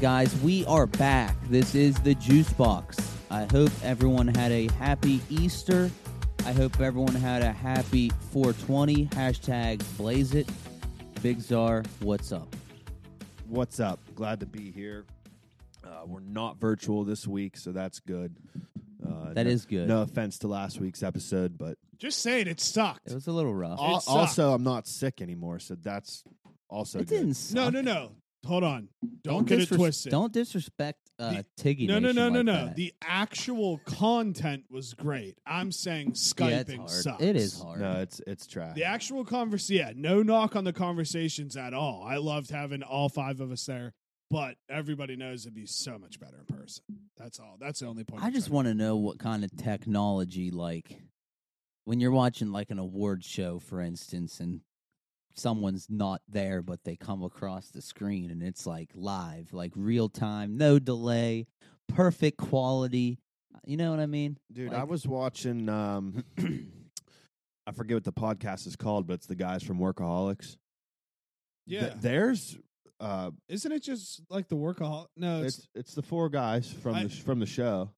guys, we are back. This is the Juice Box. I hope everyone had a happy Easter. I hope everyone had a happy 420. Hashtag blaze it. Big Czar, what's up? What's up? Glad to be here. Uh, we're not virtual this week, so that's good. Uh, That no, is good. No offense to last week's episode, but Just saying it sucked. It was a little rough. al- sucked. also I'm not sick anymore, so that's also it good. didn't suck. no, no, no. Hold on. Don't, get disres- it twisted. Don't disrespect uh, Tiggy. no, no, no, Nation no, like no. that. The actual content was great. I'm saying Yeah, it's Skyping hard. sucks. It is hard. No, it's it's trash. The actual converse, yeah, no knock on the conversations at all. I loved having all five of us there, but everybody knows it'd be so much better in person. That's all. That's the only point. I I'm just trying want to know what kind of technology, like when you're watching like an award show, for instance, and someone's not there, but they come across the screen and it's like live, like real time, no delay, perfect quality. You know what I mean? Dude, I Like- was watching um I forget what the podcast is called, but it's the guys from Workaholics. Yeah, Th- theirs uh isn't it just like the workaholic? No, it's, it's it's the four guys from I- the sh- from the show.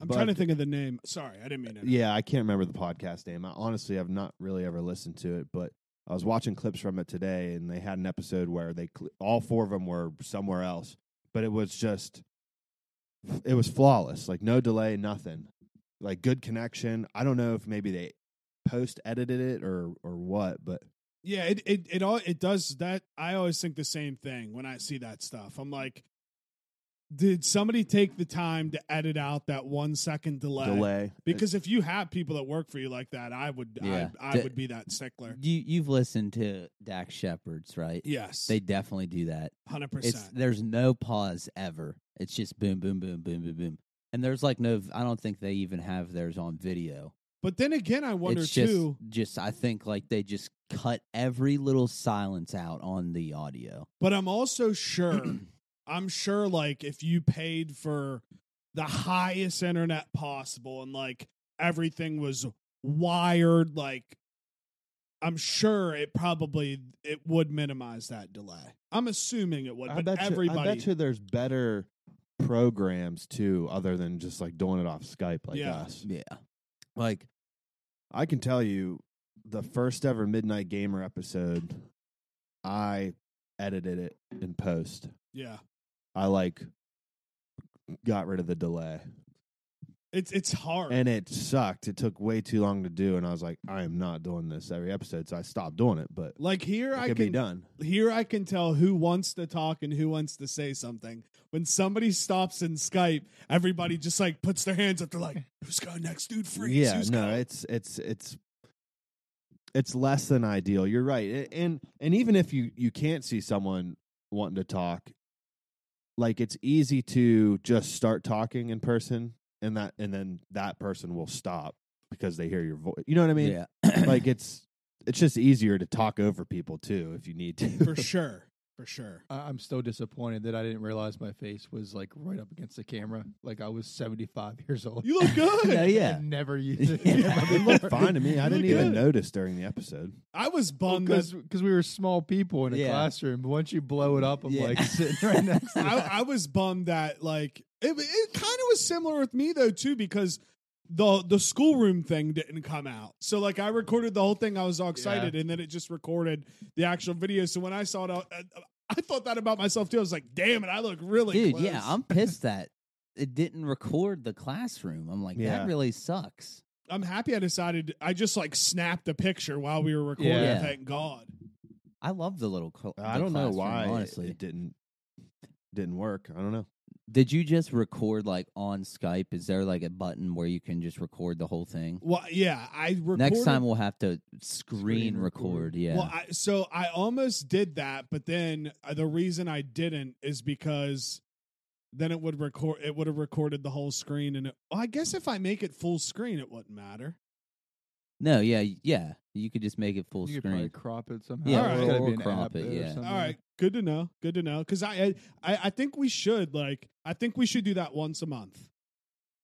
I'm but- trying to think of the name. Sorry, I didn't mean it. Yeah, I can't remember the podcast name. I honestly have not really ever listened to it, but I was watching clips from it today, and they had an episode where they cl- all four of them were somewhere else, but it was just it was flawless, like no delay, nothing, like good connection. I don't know if maybe they post edited it or or what, but Yeah, it it it all it does that. I always think the same thing when I see that stuff. I'm like, did somebody take the time to edit out that one second delay? delay Because if you have people that work for you like that, I would Yeah. I, I The- would be that stickler. You you've listened to Dax Shepherds, right? Yes, They definitely do that. hundred It's percent. there's no pause ever. It's just boom, boom, boom, boom, boom, boom. And there's like no. I don't think they even have theirs on video. But then again, I wonder it's just, too. Just I think like they just cut every little silence out on the audio. But I'm also sure, I'm sure like if you paid for the highest internet possible and like everything was wired, like I'm sure it probably it would minimize that delay. I'm assuming it would, I but bet you, I everybody bet you there's better programs too, other than just like doing it off Skype like Yeah. us. Yeah, like I can tell you the first ever Midnight Gamer episode, I edited it in post. yeah. I like got rid of the delay It's it's hard. and it sucked. It took way too long to do. And I was like, I am not doing this every episode. So I stopped doing it, but like here it I could be can done. here I can tell who wants to talk and who wants to say something. When somebody stops in Skype, everybody just like puts their hands up. They're like, "Who's going next, dude? Freeze!" yeah, Who's no, going?" it's, it's, it's, it's less than ideal. You're right. A- And, and even if you, you can't see someone wanting to talk, like it's easy to just start talking in person and that and then that person will stop because they hear your voice you know what i mean yeah, like it's it's just easier to talk over people too if you need to for sure, for sure. I- I'm so disappointed that I didn't realize my face was like right up against the camera. Like I was 75 years old. You look good. No, yeah. And never used it. Yeah. it looked fine to me i didn't Look even good. notice during the episode I was bummed Because that we were small people in a Yeah. classroom. But once you blow it up, I'm Yeah. like sitting right next to I, I was bummed that like it, it kind of was similar with me though too because the the schoolroom thing didn't come out. So like I recorded the whole thing. I was all excited, and then it just recorded the actual video. So when I saw it, I, I thought that about myself too. I was like, "Damn it, I look really dude, close." yeah, I'm pissed that it didn't record the classroom. I'm like Yeah. that really sucks. I'm happy I decided I just like snapped a picture while we were recording. Yeah. Thank God. I love the little. Cl- i the don't know classroom, why it- Honestly, it didn't didn't work i don't know did you just record like on Skype? Is there like a button where you can just record the whole thing? Well, yeah, I recorded. Next time we'll have to screen, Screen record. record. Yeah, Well, I, so I almost did that, but then uh, the reason I didn't is because then it would record. It would have recorded the whole screen, and it, well, I guess if I make it full screen, it wouldn't matter. no, yeah, yeah. You could just make it full you could probably screen. crop it somehow. Yeah, There's or- gotta or be an crop app it, or yeah. something. All right, good to know. Good to know, because I, I I think we should like I think we should do that once a month.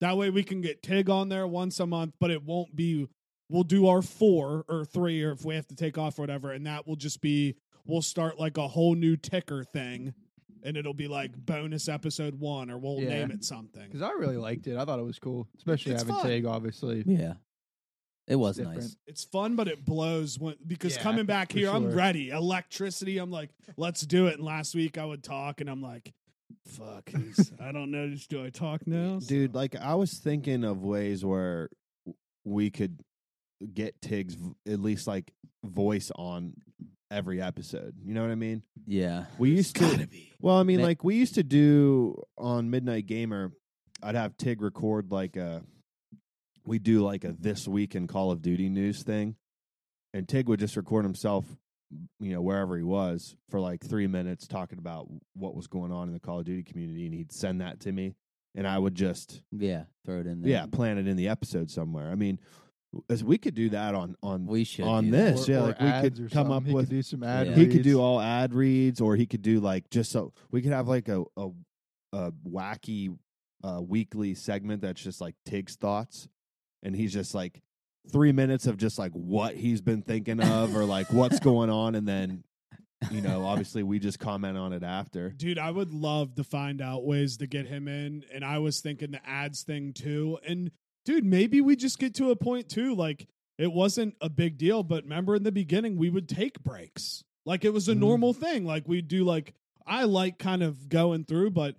That way we can get Tig on there once a month, but it won't be. We'll do our four or three, or if we have to take off or whatever, and that will just be. We'll start like a whole new ticker thing. and it'll be like bonus episode one, or we'll Yeah. name it something. because I really liked it. I thought it was cool, especially It's having fun. Tig. Obviously, Yeah. It was Different. nice. It's fun, but it blows when because Yeah, coming back for here, I'm sure. ready. Electricity, I'm like, let's do it. And last week I would talk, and I'm like, fuck, who's- I don't know. Do I talk now, dude like i was thinking of ways where w- we could get tig's v- at least like voice on every episode you know what i mean Yeah. we used to well i mean Ma- like we used to do on midnight gamer i'd have tig record like a we do like a this week in call of duty news thing and tig would just record himself you know wherever he was for like three minutes talking about what was going on in the call of duty community and he'd send that to me and i would just Yeah. Throw it in there. yeah, plan it in the episode somewhere. I mean, as we could do that on on We should on do that. this, yeah, like we ads could or come something. up He could with. do some ad. Yeah. He could do reads. all ad reads, or he could do like just so we could have like a a, a wacky uh, weekly segment that's just like Tig's thoughts, and he's just like three minutes of just like what he's been thinking of or like what's going on, and then you know obviously we just comment on it after. Dude, I would love to find out ways to get him in. And I was thinking the ads thing too. And dude, maybe we just get to a point too. Like it wasn't a big deal, but remember in the beginning, we would take breaks. Like it was a Mm-hmm. Mhm. normal thing. Like we do, like, I like kind of going through, but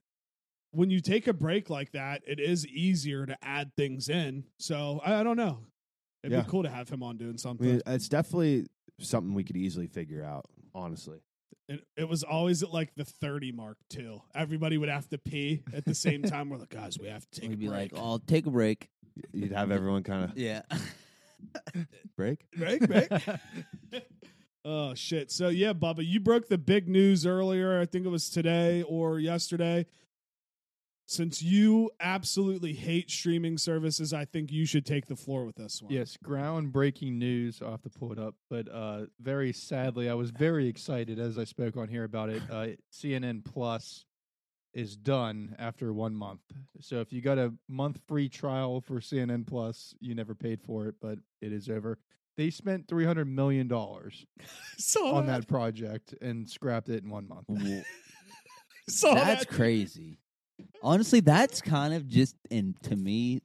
when you take a break like that, it is easier to add things in. So I, I don't know. It'd Yeah. be cool to have him on doing I something. mean, it's definitely something we could easily figure out, honestly. And it was always at like the 30 mark too. Everybody would have to pee at the same time. We're like, guys, we have to take We'd a be break. like, "I'll take a break." You'd have everyone kind of Yeah. break. break, break. oh shit. So yeah, Bubba, you broke the big news earlier. I think it was today or yesterday. Since you absolutely hate streaming services, I think you should take the floor with this one. Yes, groundbreaking news. I'll have to pull it up. But uh, very sadly, I was very excited as I spoke on here about it. Uh, CNN Plus is done after one month. So if you got a month free trial for CNN Plus, you never paid for it, but it is over. They spent $300 million on saw that. that project and scrapped it in one month. W- Saw that's that. crazy. Honestly, that's kind of just and to me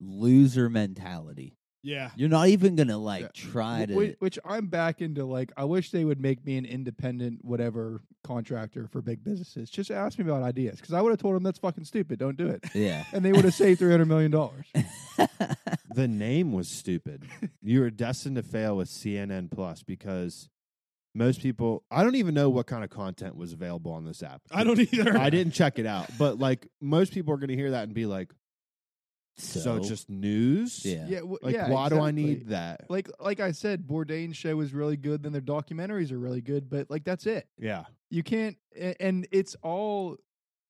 loser mentality. Yeah. You're not even gonna like Yeah. try Wh- to. whi- Which I'm back into like, I wish they would make me an independent, whatever contractor for big businesses. Just ask me about ideas because I would have told them that's fucking stupid. Don't do it. yeah. And they would have saved $300 million. The name was stupid. you were destined to fail with CNN Plus because most people, I don't even know what kind of content was available on this app. I don't either. I didn't check it out, but like most people are going to hear that and be like, "So, it's just news? yeah. Yeah. wh- Like, yeah, why do I exactly. need that? Like, like I said, Bourdain's show is really good. Then their documentaries are really good, but like that's it. yeah, You can't, a- and it's all,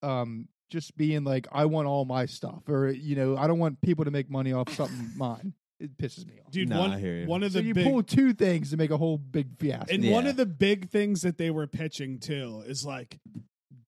um, just being like, I want all my stuff, or you know, I don't want people to make money off something mine. It pisses me off. Dude, Nah, one, I hear you. one of so the you big pull two things to make a whole big fiasco. And Yeah. one of the big things that they were pitching too is like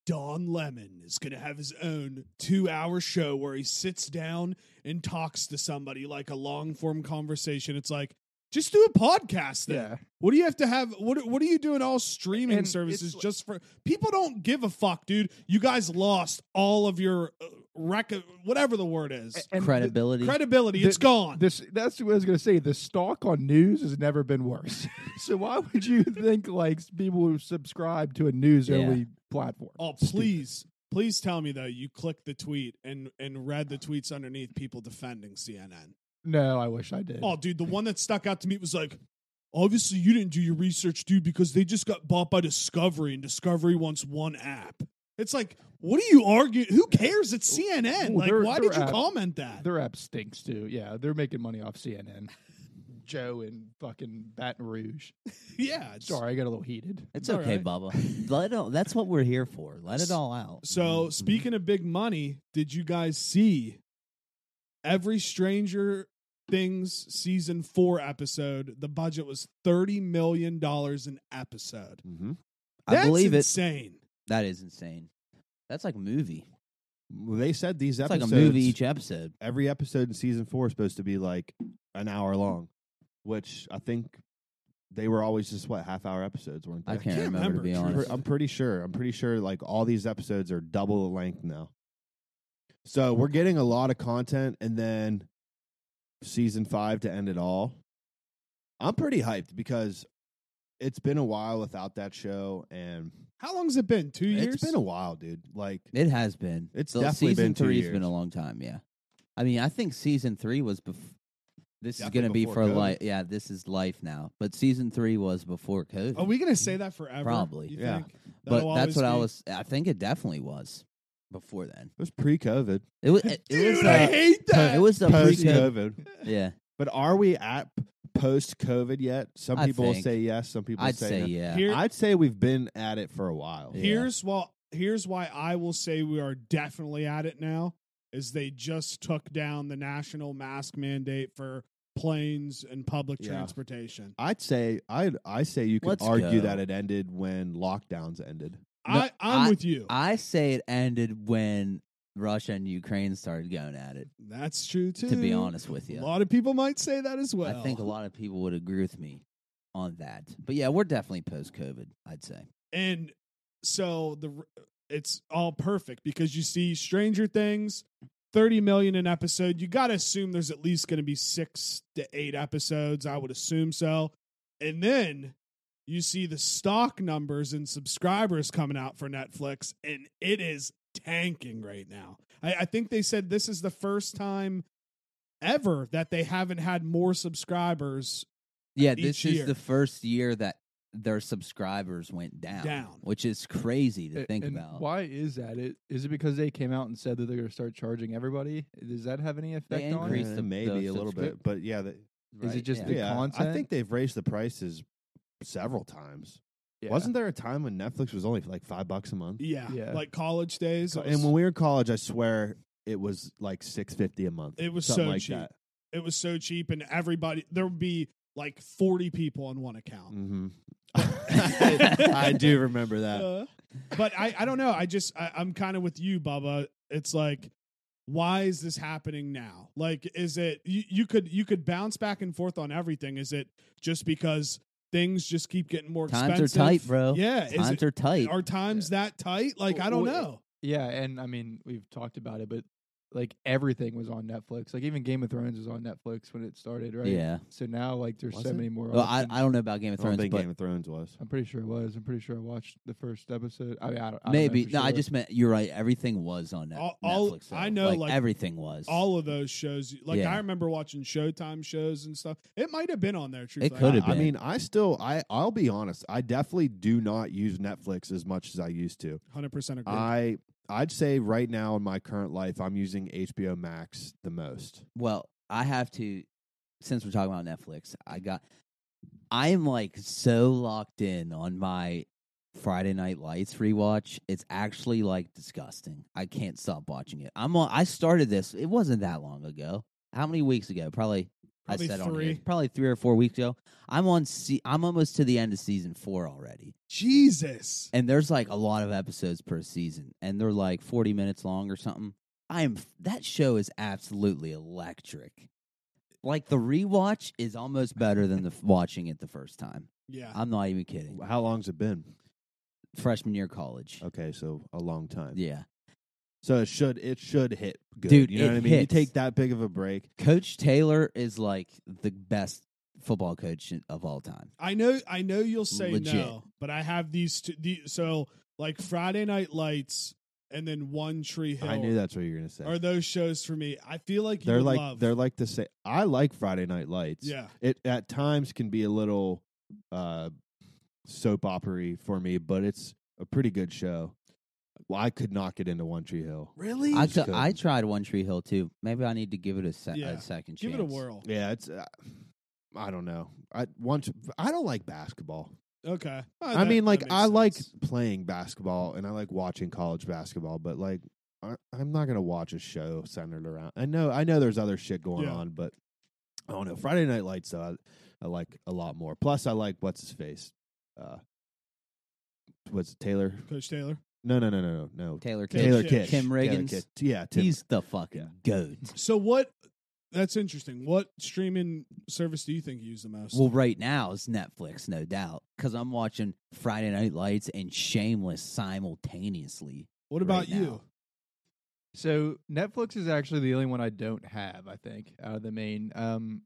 Don Lemon is going to have his own two hour show where he sits down and talks to somebody like a long form conversation. It's like, just do a podcast then. yeah. What do you have to have? What What are you doing? All streaming And it's services like- just for people don't give a fuck, dude. You guys lost all of your uh, rec- whatever the word is, And th- credibility. credibility. Eh, the- it's gone. This that's what I was gonna say. The stock on news has never been worse. so why would you think like people would subscribe to a news only platform? Oh, Stupid. please, please tell me though you clicked the tweet and and read the tweets underneath people defending CNN. No, I wish I did. Oh, dude, the one that stuck out to me was like, obviously you didn't do your research, dude, because they just got bought by Discovery, and Discovery wants one app. It's like, what are you arguing? Who cares? It's CNN. Ooh, like, they're- why they're did you app- comment that? Their app stinks too. Yeah, they're making money off CNN. Joe and fucking Baton Rouge. yeah, it's- Sorry, I got a little heated. It's All okay, right. Bubba. Let it all, that's what we're here for. Let it all out. Mm-hmm. So speaking of big money, did you guys see every Stranger Things season four episode? The budget was thirty million dollars an episode. hmm I That's believe it. Insane. That is insane. That's like a movie. Well, they said these That's like a episodes, movie each episode. every episode in season four is supposed to be like an hour long, which I think they were always just what half hour episodes, weren't they? I can't, can't remember, to remember, be truth. honest. Pre- I'm pretty sure. I'm pretty sure like all these episodes are double the length now. So we're getting a lot of content and then season 5 to end it all. I'm pretty hyped because it's been a while without that show and How long's it been? Two years. it's been a while, dude. Like It has been. It's So definitely season been two three's been years. a long time. Yeah, I mean, I think season three was before. This Definitely is gonna be before for COVID. life. Yeah, this is life now. But season three was before COVID. Are we gonna say that forever? Mm-hmm. Probably. You Yeah. think? but That'll that's always what I be- was. I think it definitely was before then. it was pre-COVID. It was. It, Dude, was. I uh, hate that. it was a pre-COVID. Post-COVID. Yeah, But are we at post-COVID yet? Some I people think. say yes, some people I'd say, say no. yeah. Here- I'd say we've been at it for a while. Yeah. Here's well, here's why I will say we are definitely at it now is they just took down the national mask mandate for planes and public Yeah. transportation. I'd say I I say you could Let's go. argue that it ended when lockdowns ended. No, I I'm I- with you. I say it ended when Russia and Ukraine started going at it. That's true too. To be honest with you, a lot of people might say that as well. I think a lot of people would agree with me on that. But yeah, we're definitely post-COVID. I'd Uh, say. and so the it's all perfect because you see Stranger Things, thirty million an episode. You got to assume there's at least going to be six to eight episodes. I would assume so, and then you see the stock numbers and subscribers coming out for Netflix, and it is tanking right now. I, I think they said this is the first time ever that they haven't had more subscribers Yeah, each this year. is the first year that their subscribers went down, Down. which is crazy to A- think and about. Why is that? It is it because they came out and said that they're going to start charging everybody? Does that have any effect on it? increased Eh, the- maybe the a little subscrip- bit, but yeah, the, Is it Right, just yeah. the yeah. content? I think they've raised the prices several times. Yeah. Wasn't there a time when Netflix was only like five bucks a month? Yeah, Yeah. like college days. it was- And when we were in college, I swear it was like six fifty a month. It was something so like cheap. that. it was so cheap and everybody there would be like 40 people on one account hmm I, I do remember that. Uh, but I, I don't know i just I, i'm kind of with you bubba it's like why is this happening now like is it you, you could you could bounce back and forth on everything is it just because things just keep getting more Times are expensive tight, bro. yeah is Times it, are tight. are times that tight like Well, i don't well, know Yeah, and I mean we've talked about it, but like everything was on Netflix. Like even Game of Thrones was on Netflix when it started, right? Yeah. So now like there's Was so it? many more. Well, I, options. I don't know about Game of I don't Thrones, think but Game of Thrones was. I'm pretty sure it was. I'm pretty sure I watched the first episode. I mean, I don't, I don't know maybe for no. I sure. just meant you're right. Everything was on Net- All- all- Netflix. though. I know, like, everything was. all of those shows like Yeah. i remember watching showtime shows and stuff it might have been on there truth It could have I been. mean, I still I I'll be honest. I definitely do not use Netflix as much as I used to. 100% agree I I'd say right now in my current life, I'm using HBO Max the most. well, I have to. Since we're talking about Netflix, I got. I'm like so locked in on my Friday Night Lights rewatch. It's actually like disgusting. I can't stop watching it. I'm on. I started this. It wasn't that long ago. How many weeks ago? Probably. Probably I said on three. here, probably three or four weeks ago. I'm on. Se- I'm almost to the end of season four already. jesus and there's like a lot of episodes per season and they're like 40 minutes long or something i am that show is absolutely electric like the rewatch is almost better than the f- watching it the first time yeah i'm not even kidding How long's it been? freshman year of college Okay, so a long time. yeah So it should it should hit good. Dude, you know it what I mean? hits. You take that big of a break. coach taylor is like the best football coach in- of all time I know, I know you'll say Legit. no, but I have these two. The, so, like Friday Night Lights and then One Tree Hill. I knew that's what you were gonna say. Are those shows for me? I feel like you they're would like love. they're like the same. I like Friday Night Lights. yeah, It at times can be a little uh soap opery for me, but it's a pretty good show. Well, I could not get into One Tree Hill. really? I, He's t- I good. tried one tree hill too maybe i need to give it a, se- Yeah. a second Give it a chance. whirl. Yeah, it's uh, I don't know. I once I don't like basketball. Okay. Well, I Uh, that- mean, that like makes I like sense. playing basketball and I like watching college basketball, but like I, I'm not gonna watch a show centered around. I know, I know, there's other shit going Yeah. on, but I don't know. Friday Night Lights, though, I, I like a lot more. Plus, I like what's his face. Uh, was it Taylor? Coach Taylor. No, no, no, no, no, no. taylor, Taylor Kitsch. Kitsch. tim Taylor riggins Kitsch. Yeah, Tim. he's the fucking goat So what? that's interesting. What streaming service do you think you use the most? Well, right now it's Netflix, no doubt, because I'm watching Friday Night Lights and Shameless simultaneously. what about right you? now. So Netflix is actually the only one I don't have. I think out of the main, um,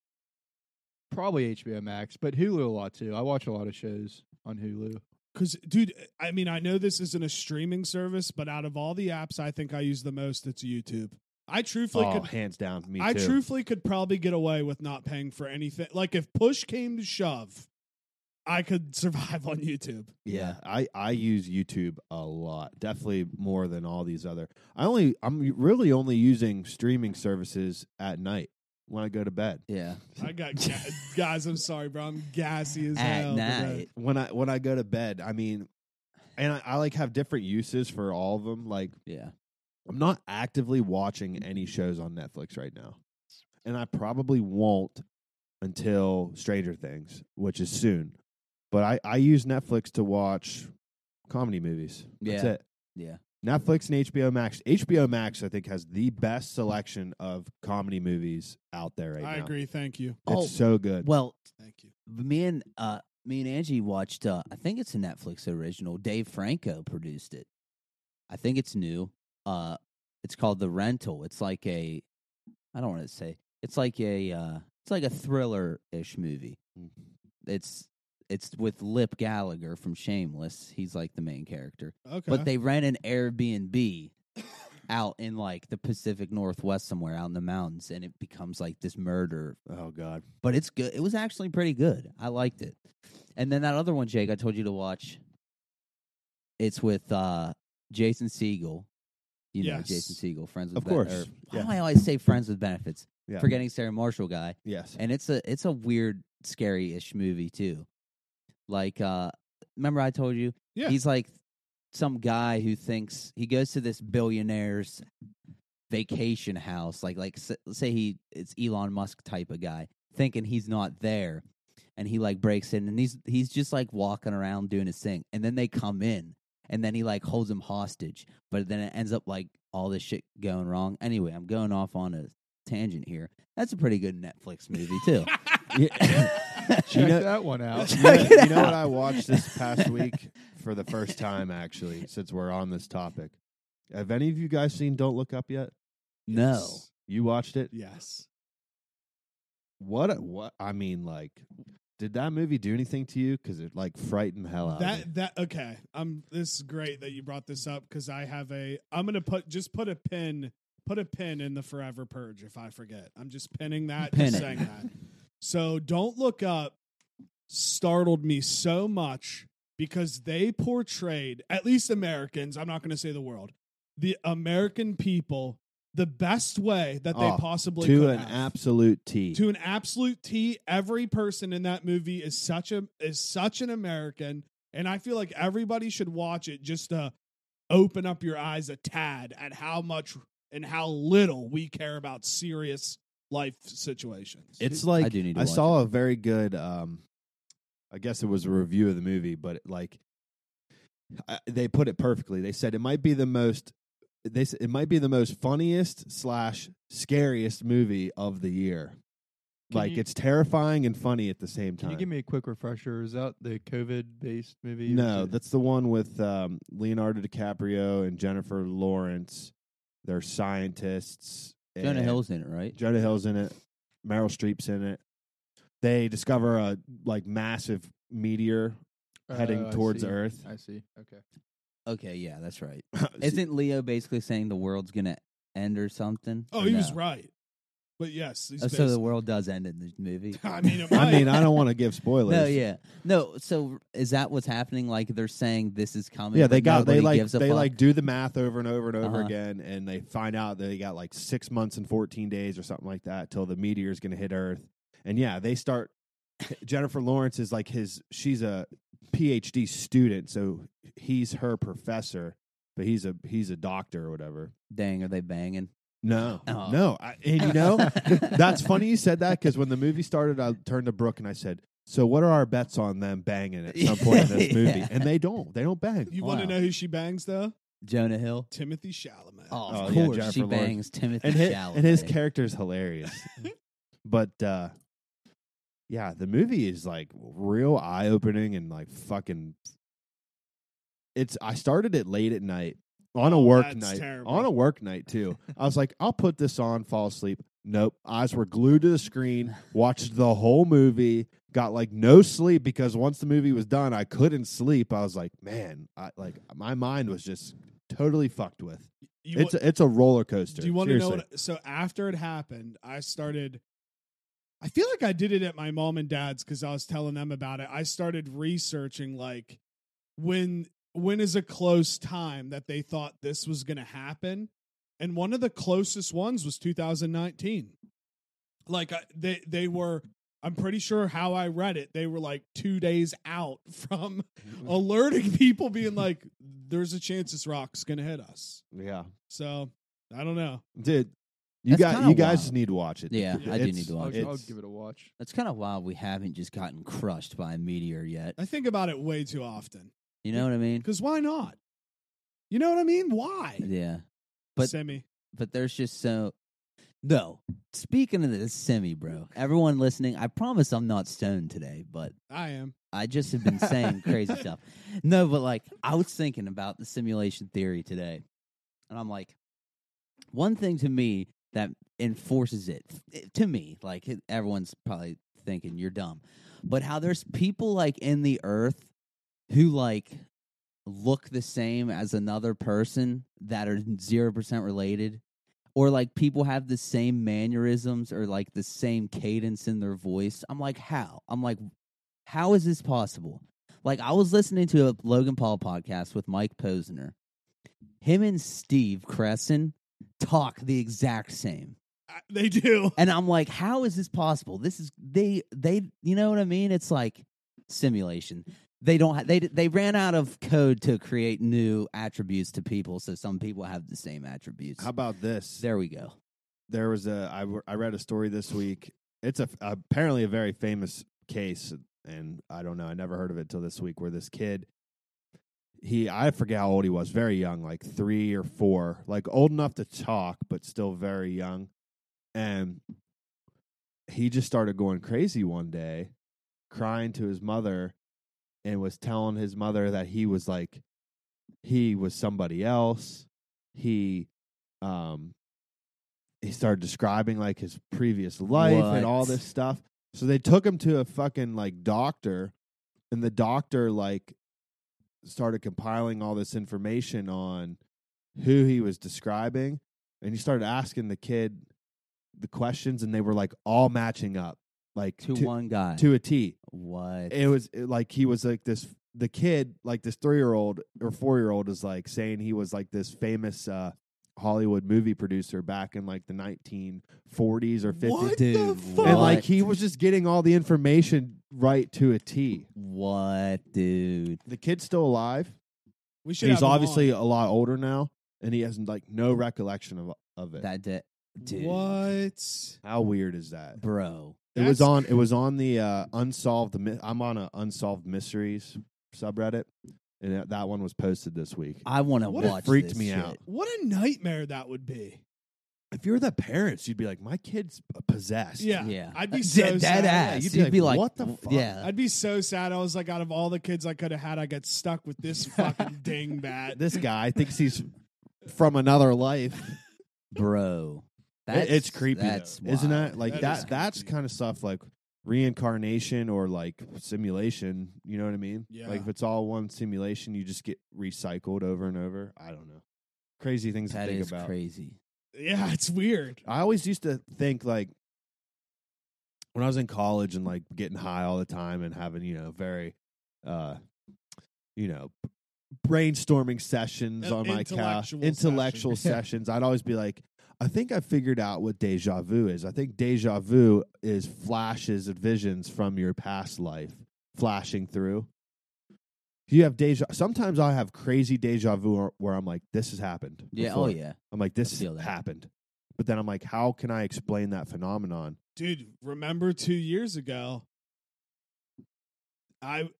probably HBO Max, but Hulu a lot too. I watch a lot of shows on Hulu. Because, dude, I mean, I know this isn't a streaming service, but out of all the apps, I think I use the most, it's YouTube. I truthfully oh, could hands down. Me I too. truthfully could probably get away with not paying for anything. Like if push came to shove, I could survive on YouTube. Yeah, I I use YouTube a lot, definitely more than all these other. I only I'm really only using streaming services at night when I go to bed. Yeah. I got ga- guys. I'm sorry, bro. I'm gassy as At hell. today. night. When I when I go to bed, I mean, and I, I like have different uses for all of them. Like Yeah. I'm not actively watching any shows on Netflix right now, and I probably won't until Stranger Things, which is soon. But I I use Netflix to watch comedy movies. That's Yeah. it. Yeah. Netflix and HBO Max. HBO Max, I think, has the best selection of comedy movies out there right I now. agree. Thank you. It's Oh, so good. Well, Thank you. me and uh me and Angie watched uh I think it's a Netflix original. Dave Franco produced it. I think it's new. Uh it's called The Rental. It's like a I don't want to say. It's like a uh it's like a thriller-ish movie. Mm. It's it's with Lip Gallagher from Shameless. He's like the main character. Okay. But they rent an Airbnb out in like the Pacific Northwest somewhere out in the mountains and it becomes like this murder oh God, but it's good. It was actually pretty good. I liked it. And then that other one, Jake, I told you to watch. It's with uh, Jason Siegel. You know Yes. Jason Siegel, friends with of Ben- course. or- Yeah. Why I always say friends with benefits. Yeah. Forgetting Sarah Marshall guy, Yes. and it's a it's a weird, scary ish movie too. Like, uh, remember I told you Yeah. he's like some guy who thinks he goes to this billionaire's vacation house like like s- say he it's Elon Musk type of guy thinking he's not there and he like breaks in and he's he's just like walking around doing his thing and then they come in and then he like holds him hostage but then it ends up like all this shit going wrong anyway I'm going off on a tangent here that's a pretty good Netflix movie too Yeah. Check know- that one out. You know, Check it you know what out. I watched this past week for the first time, actually, since we're on this topic. Have any of you guys seen Don't Look Up yet? no Yes. You watched it? Yes. What? A, what? I mean, like, did that movie do anything to you? Because it like frightened the hell out of me. That that okay. Um, this is great that you brought this up because I have a. I'm gonna put just put a pin, put a pin in the forever purge if I forget. I'm just pinning that. Pin just it. saying that. So don't look up. Startled me so much because they portrayed at least Americans. I'm not gonna say the world, the American people, the best way that they Oh, possibly to could an have absolute T. to an absolute T. Every person in that movie is such a is such an American, and I feel like everybody should watch it just to open up your eyes a tad at how much and how little we care about serious life situations. It's like I do need to I watch saw a very good. um I guess it was a review of the movie, but it, like I, they put it perfectly. They said it might be the most. They s- it might be the most funniest slash scariest movie of the year. Can like you- it's terrifying and funny at the same Can time. you give me a quick refresher? Is that the COVID-based movie? or no, is it- that's the one with um, Leonardo DiCaprio and Jennifer Lawrence. They're scientists. Jonah and- Hill's in it right Jonah Hill's in it. Meryl Streep's in it. They discover a like massive meteor heading Oh, I towards see. Earth. I see. Okay. okay yeah that's right Isn't Leo basically saying the world's gonna end or something? oh, Or he was no? right, but yes, he's Oh, so the based- world does end in the movie. I mean, it I might. mean, I don't want to give spoilers. no, yeah, no. So is that what's happening? Like they're saying this is coming. Yeah, but they got they nobody like gives a they fuck? like do the math over and over and over Uh-huh. again, and they find out that they got like six months and fourteen days or something like that till the meteor's going to hit Earth. And yeah, they start. Jennifer Lawrence is like his. She's a PhD student, so he's her professor, but he's a he's a doctor or whatever. dang, are they banging? No, Oh. no, I, and you know that's funny you said that because when the movie started, I turned to Brooke and I said, "So what are our bets on them banging at some point in this movie?" Yeah. And they don't. They don't bang. you want to Wow. know who she bangs though? Jonah Hill. Timothy Chalamet. Oh, Oh, of yeah, course, she Jennifer Lawrence. bangs Timothy and his, Chalamet. and his character's hilarious. but uh yeah, the movie is like real eye opening and like fucking it's I started it late at night on a Oh, work that's night. terrible. On a work night too. I was like, I'll put this on, fall asleep. Nope. Eyes were glued to the screen, watched the whole movie, got like no sleep because once the movie was done, I couldn't sleep. I was like, man, I like my mind was just totally fucked with. You it's a, it's a roller coaster. Do you want Seriously. to know? What, so after it happened, I started. I feel like I did it at my mom and dad's because I was telling them about it. I started researching like when when is a close time that they thought this was going to happen, and one of the closest ones was 2019. Like I, they they were. I'm pretty sure how I read it. They were like two days out from Mm. Oh, alerting people, being like, "There's a chance this rock's going to hit us." Yeah, So I don't know. dude, you That's got kinda you guys wild. need to watch it. Yeah, I do It's- need to I'll, watch it's- I'll give it a watch. That's kind of wild. We haven't just gotten crushed by a meteor yet. Uh, I think about it way too often. You know what I mean? Because why not? You know what I mean? Why? Yeah. But- Semi. but there's just so no speaking of this semi bro everyone listening i promise i'm not stoned today but I am. i just have been saying crazy stuff no but like i was thinking about the simulation theory today and i'm like one thing to me that enforces it it- to me like it- everyone's probably thinking you're dumb but how there's people like in the earth who like look the same as another person that are 0% related or like people have the same mannerisms or like the same cadence in their voice i'm like how i'm like how is this possible like i was listening to a logan paul podcast with mike posner him and steve cresson talk the exact same I, they do. and i'm like how is this possible this is they they you know what i mean it's like simulation they don't ha- they they ran out of code to create new attributes to people so some people have the same attributes How about this? There, there we go was a I, w- I read a story this week. It's a apparently a very famous case, and I don't know. I never heard of it till this week, where this kid. He, I forget how old he was. Very young, like three or four, like old enough to talk, but still very young. And he just started going crazy one day, crying to his mother, and was telling his mother that he was like, he was somebody else. He, um, he started describing like his previous life and all What? this stuff. So they took him to a fucking like doctor, and the doctor like started compiling all this information on who he was describing, and he started asking the kid the questions, and they were like all matching up, like to, to, one guy to a T. what It was it, like he was like this. The kid, like this three year old or four year old, is like saying he was like this famous uh, Hollywood movie producer back in like the nineteen forties or fifties. What the Dude, fuck? what? And like he was just getting all the information right to a T. what dude The kid's still alive. we should. He's have him obviously on. a lot older now, and he has like no recollection of of it. that di- dude What? How weird is that? bro It was That's on. It was on the uh, unsolved. My- I'm on a unsolved mysteries subreddit, and that- that one was posted this week. i want to What a watch freaked this me shit. out. What a nightmare that would be. If you're the parents, you'd be like, "My kid's possessed." Yeah. yeah I'd be Uh, so dead sad. ass Yeah, you'd, be, like, "What the w- fuck?" yeah I'd be so sad. I was like, out of all the kids I could have had, I got stuck with this fucking dingbat. This guy thinks he's from another life. bro It- that's it's creepy, though, that's isn't wild. it? Like That that. is that's creepy. kind of stuff like reincarnation or like simulation. You know what I mean? Yeah. Like if it's all one simulation, you just get recycled over and over. I don't know. Crazy things that to think is about. crazy Yeah, it's weird. I always used to think like when I was in college and like getting high all the time and having, you know, very uh you know, brainstorming sessions Uh, on my couch, intellectual intellectual sessions, I'd always be like, I think I figured out what deja vu is. I think deja vu is flashes and visions from your past life flashing through. You have deja. Sometimes I have crazy deja vu where I'm like, "This has happened." yeah oh before. yeah I'm like, this feel that. happened. But then I'm like, how can I explain that phenomenon? dude remember two years ago i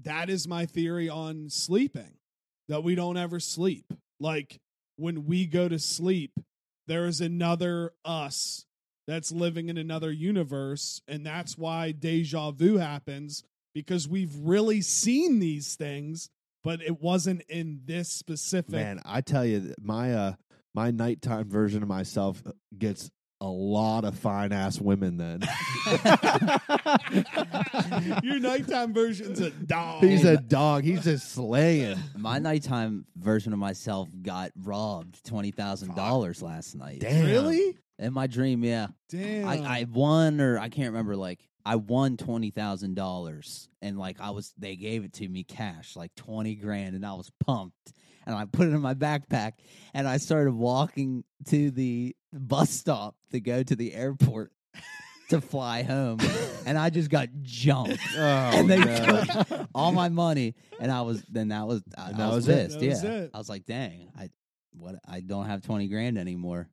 that is my theory on sleeping that we don't ever sleep Like when we go to sleep, there is another us that's living in another universe. And that's why deja vu happens because we've really seen these things, but it wasn't in this specific. Man, I tell you, th- my uh, my nighttime version of myself uh, gets a lot of fine ass women. Then Your nighttime version's a dog. he's a dog. He's just slaying. My nighttime version of myself got robbed twenty thousand dollars last night. Damn. Really? In my dream, yeah. Damn. I, I won or I can't remember like I won twenty thousand dollars and like I was they gave it to me cash, like twenty grand, and I was pumped. And I put it in my backpack and I started walking to the bus stop to go to the airport to fly home. And I just got jumped. Oh, And they no. took all my money, and I was then that was I, And I that was, was it. pissed. That was yeah, it. I was like, dang, I what I don't have twenty grand anymore.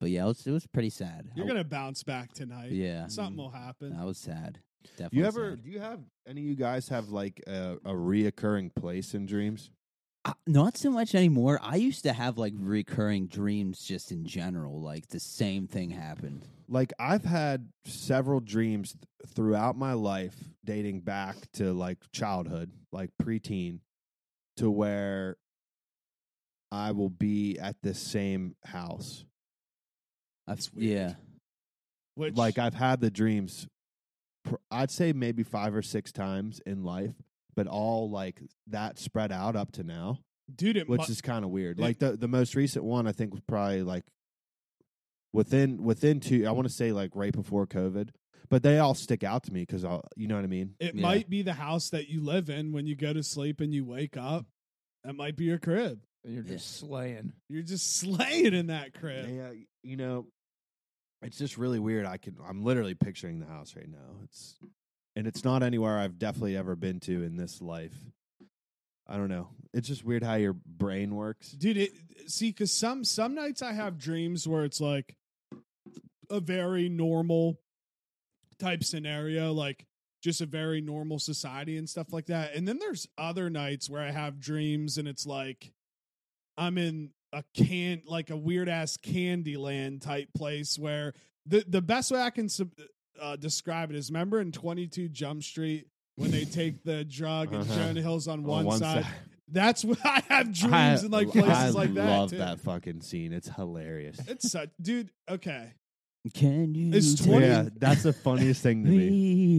But yeah, it was, it was pretty sad. You're I- gonna bounce back tonight. yeah, Something will happen. I was sad. Definitely. You ever? sad. Do you have any of you guys have like a, a reoccurring place in dreams? I- Uh, not so much anymore. I used to have like recurring dreams just in general, like the same thing happened. Like I've had several dreams th- throughout my life, dating back to like childhood, like preteen, to where I will be at the same house. I've- That's weird. Yeah, Which, like I've had the dreams, pr- I'd say maybe five or six times in life, but all like that spread out up to now, dude, it which mu- is kind of weird. it- Like the the most recent one, I think was probably like within within two. I want to say like right before COVID, but they all stick out to me because I, you know what I mean. it yeah. might be the house that you live in when you go to sleep and you wake up. That might be your crib. And you're Yeah. just slaying. You're just slaying in that crib. Yeah, you know, it's just really weird. I can I'm literally picturing the house right now. It's and it's not anywhere I've definitely ever been to in this life. I don't know. It's just weird how your brain works. dude it see because some some nights i have dreams where it's like a very normal type scenario like just a very normal society and stuff like that and then there's other nights where i have dreams and it's like i'm in a can like a weird ass candy land type place where the the best way i can sub- uh, describe it is remember in 22 jump street when they take the drug and Uh-huh. Jonah Hill's on On one, side, that's what I have dreams in like places I like that. love too. that fucking scene. It's hilarious. It's such, dude. Okay, can you? It's take 20 Yeah, that's the funniest thing to me.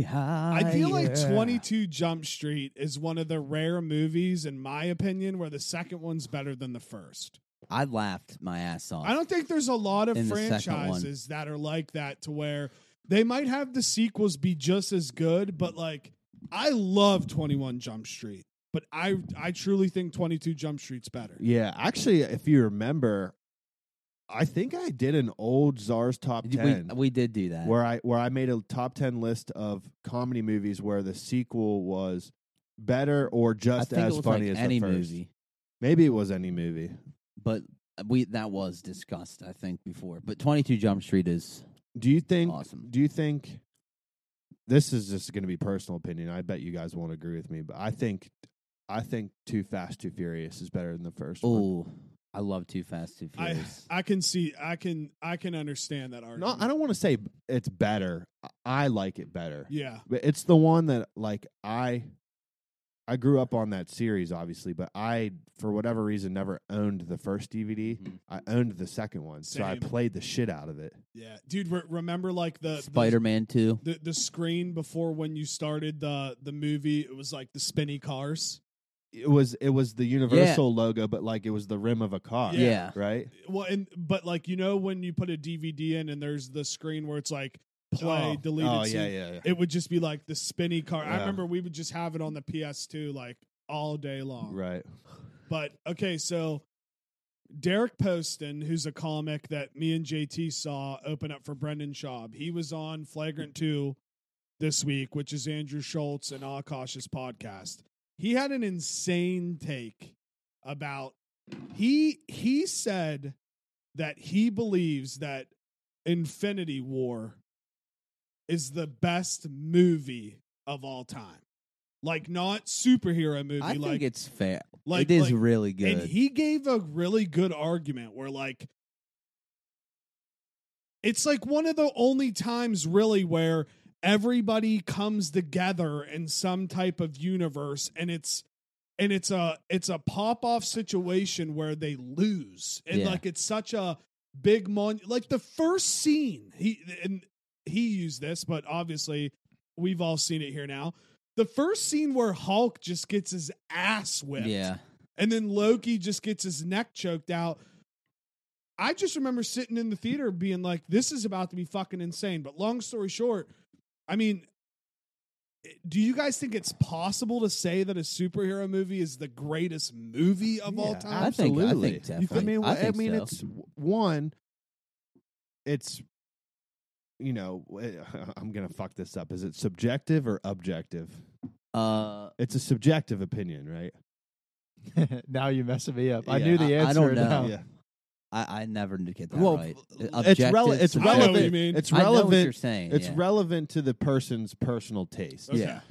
me Ah, I feel like higher? Twenty Two Jump Street is one of the rare movies, in my opinion, where the second one's better than the first. I laughed my ass off. I don't think there's a lot of In the second one. franchises that are like that to where they might have the sequels be just as good, but like I love Twenty One Jump Street, but I I truly think Twenty Two Jump Street's better. Yeah, actually, if you remember, I think I did an old Czar's top We- ten. We, did do that. where I where I made a top ten list of comedy movies where the sequel was better or I just think as it was funny like as any the first. movie. Maybe it was any movie. but we that was discussed I think before. But 22 Jump Street is Do you think? awesome. Do you think? This is just going to be personal opinion. I bet you guys won't agree with me, but I think, I think Too Fast Too Furious is better than the first one. Oh, I love Too Fast Too I Furious. I can see I can I can understand that No, argument. I don't want to say it's better. I- I like it better. Yeah, but it's the one that like i i grew up on that series obviously but i for whatever reason never owned the first dvd Mhm. i owned the second one so i Mm-hmm. Same. played the shit out of it yeah, dude. Re- remember like uh, the the- Spider Man Two. the, the screen before when you started the the movie. It was like the spinny cars. it was it was the universal logo but like it was the rim of a car Yeah. Yeah. right Well, and but like you know when you put a DVD in and there's the screen where it's like play oh, deleted. oh scene, yeah yeah, yeah. It would just be like the spinny car. I Yeah. remember we would just have it on the PS2 like all day long. right But okay, so Derek Poston, who's a comic that me and JT saw open up for Brendan Schaub, he was on Flagrant 2 this week, which is Andrew Schultz and Akash's podcast. He had an insane take about he he said that he believes that Infinity War is the best movie of all time. Like not superhero movie I think like it's fair. Like it is like, really good. and he gave a really good argument where like it's like one of the only times really where everybody comes together in some type of universe and it's and it's a it's a pop off situation where they lose and Yeah. like it's such a big mon like the first scene he and he used this but obviously we've all seen it here now the first scene where hulk just gets his ass whipped yeah, and then Loki just gets his neck choked out. I just remember sitting in the theater being like, this is about to be fucking insane. But long story short, I mean, do you guys think it's possible to say that a superhero movie is the greatest movie of all Yeah, time? I think- I think absolutely. You- definitely. I mean, I I, think mean, so. it's w- one. It's, you know, eh, I'm gonna fuck this up. Is it subjective or objective? uh, It's a subjective opinion, right? now you messing me up. I Yeah, knew the I- I answer. don't now. know. Yeah. I, I never n- get that Well, right. it's Objective, rele- it's subjective. I know what you relevant. mean. It's I know what you're relevant. saying. It's yeah. relevant to the person's personal taste. Okay. yeah.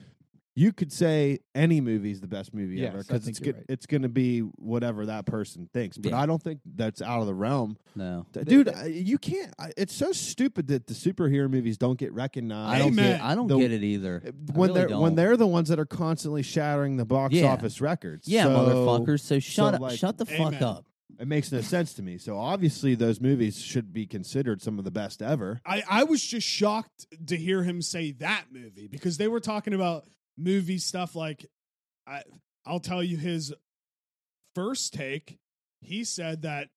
You could say any movie is the best movie Yes, ever I because think it's you're go- right. it's going to be whatever that person thinks. But Yeah. I don't think that's out of the realm, No, Th- dude. I- You can't. I- It's so stupid that the superhero movies don't get recognized. I don't Amen. get. I don't The- get it either. I when really they're when don't. they're the ones that are constantly shattering the box Yeah. office records. yeah, So motherfuckers. So shut so, up. like, shut the fuck amen. up. It makes no sense to me. So obviously those movies should be considered some of the best ever. I, I was just shocked to hear him say that movie because they were talking about movie stuff like I I'll tell you his first take. He said that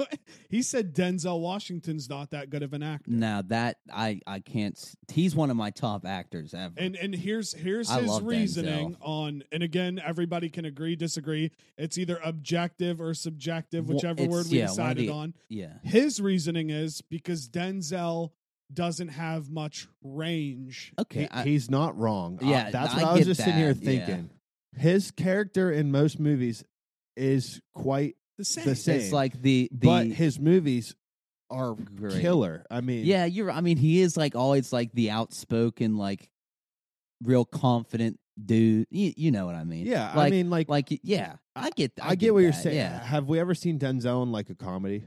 he said Denzel Washington's not that good of an actor. Now that I I can't. s- He's one of my top actors ever. And and here's here's I his love Denzel. reasoning on and again everybody can agree disagree. It's either objective or subjective, Well, whichever it's- word we yeah, one of decided the- on. yeah, His reasoning is because Denzel doesn't have much range okay. He- I- he's not wrong. I- Yeah, that's I what I was get just sitting here that, yeah. thinking. His character in most movies is quite the same. the same, it's like the the but his movies are Great. killer. I mean, Yeah, you're. I mean, he is like always like the outspoken, like real confident dude. You, you know what I mean? yeah. Like, I mean, like, like yeah. I get. I, I, get what you're that, saying. Yeah. Have we ever seen Denzel in like a comedy?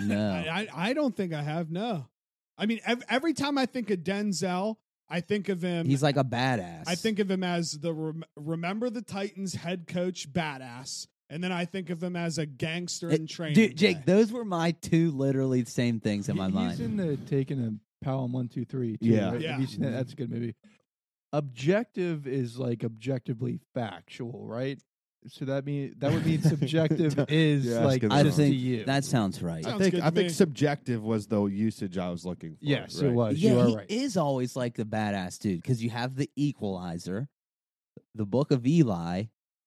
No. I, I I don't think I have. No, I mean ev- every time I think of Denzel, I think of him. He's like a badass. I think of him as the rem- remember the Titans head coach badass, and then I think of him as a gangster in It- training. Dude, Jake, day. those were my two literally same things in He- my he's mind. in the taking a Palom one two three. Too, Yeah. right? Have Yeah. you seen that? That's a good movie. Objective is like objectively factual, right? So that mean that would mean subjective is You're like asking the I just think to you. that sounds right. Sounds I think good I to think me. subjective was the usage I was looking for. yes, right? it was. you yeah, are he right. is always like the badass dude because you have the Equalizer, the Book of Eli,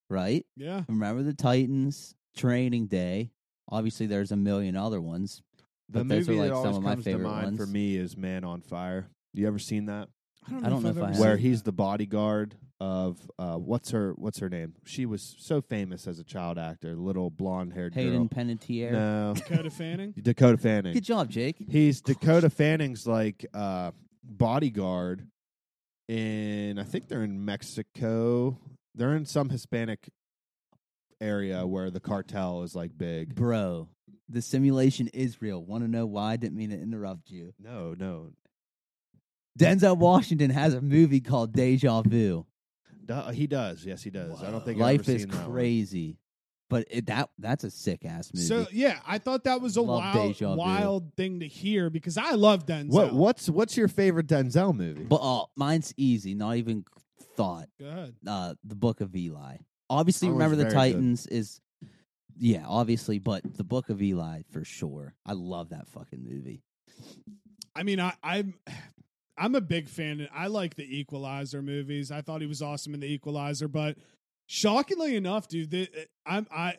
right? yeah, Remember the Titans, Training Day. Obviously, there's a million other ones. The But those are, movie like, that some always of my comes to favorite mind for ones. me is Man on Fire. You ever seen that? I don't know if I ever have. seen Where that. he's the bodyguard of uh, what's her what's her name? She was so famous as a child actor, little blonde haired Hayden girl. Panettiere. No, Dakota Fanning. Dakota Fanning. Good job, Jake. He's Dakota Fanning's like uh, bodyguard, and I think they're in Mexico. They're in some Hispanic area where the cartel is like big. Bro, the simulation is real. Want to know why? I didn't mean to interrupt you. No, no, Denzel Washington has a movie called Deja Vu. Duh, he does. Yes, he does. I don't think I've Life ever is seen that one. crazy, but it, that that's a sick ass movie. So yeah, I thought that was a Love wild Deja Vu. wild thing to hear because I love Denzel. What what's what's your favorite Denzel movie? but oh, mine's easy. Not even thought. Good. Uh, the Book of Eli. Obviously, That one's remember the very good. Titans is. Yeah, obviously, but the Book of Eli for sure. I love that fucking movie. I mean, I, I'm I'm a big fan. I like the Equalizer movies. I thought he was awesome in the Equalizer, but shockingly enough, dude, the, eh, I'm I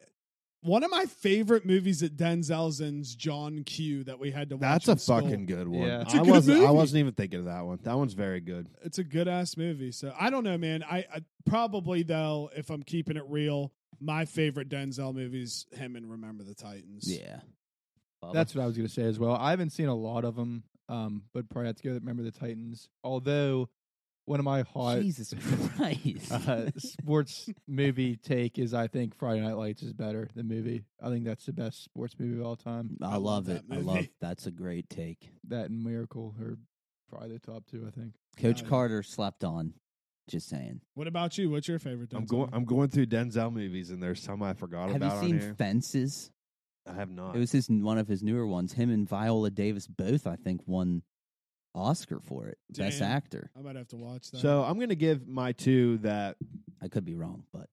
one of my favorite movies that Denzel's in's John Q that we had to watch. That's in a school. fucking good one. Yeah. It's a I good wasn't I movie. wasn't even thinking of that one. That one's very good. It's a good ass movie. So I don't know, man. I, I probably though, if I'm keeping it real, my favorite Denzel movies him and Remember the Titans. Yeah, Bubba? That's what I was going to say as well. I haven't seen a lot of them, um, but probably have to go with Remember the Titans. Although one of my hot Jesus Christ. uh, sports movie take is I think Friday Night Lights is better than movie. I think that's the best sports movie of all time. I, I love love that it. I movie. love that's a great take. That and Miracle are probably the top two. I think. Coach yeah. Carter slept on. Just saying. What about you? What's your favorite? I'm Denzel? going. I'm going through Denzel movies, and there's some I forgot Have about you on seen here. Fences? I have not. It was his one of his newer ones. Him and Viola Davis both, I think, won Oscar for it, best Damn. actor. I might have to watch that. so I'm gonna give my two that I could be wrong, but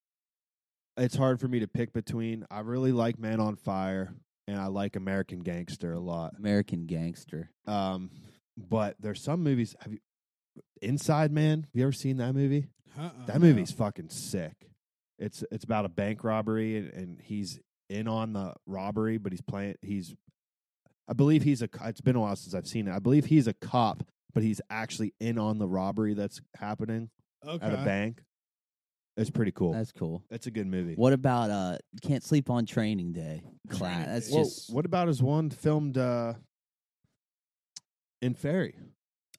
it's hard for me to pick between. I really like Man on Fire, and I like American Gangster a lot. American Gangster. Um, but there's some movies. Have you Inside Man? Have you ever seen that movie? Uh-uh. That movie's fucking sick. It's it's about a bank robbery and, and he's in on the robbery, but he's playing. He's, I believe he's a. co- It's been a while since I've seen it. I believe he's a cop, but he's actually in on the robbery that's happening okay. at a bank. It's pretty cool. That's, That's cool. a good movie. What about uh Can't Sleep on Training Day? Class. Training That's Day. Whoa, just what about his one filmed uh, in Ferry?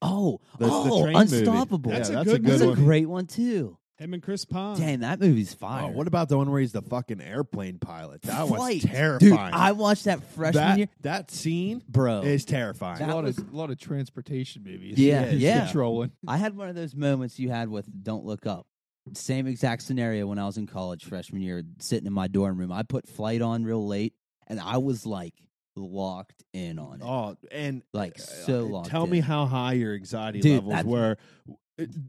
Oh, The- the oh, train movie. Unstoppable. Yeah, That's that's, a a good good, That's movie. a one. great one too. Him and Chris Pine. Dang, that movie's fire. Oh, what about the one where he's the fucking airplane pilot? That Flight. was terrifying. Dude, I watched that freshman that, year, that scene bro. is terrifying. a That lot was- of lot of transportation movies. Yeah, It's yeah. controlling. I had one of those moments you had with Don't Look Up. Same exact scenario when I was in college freshman year, sitting in my dorm room. I put flight on real late, and I was like locked in on it, oh, and like uh, so locked. tell in. me how high your anxiety Dude, levels that- were. Uh,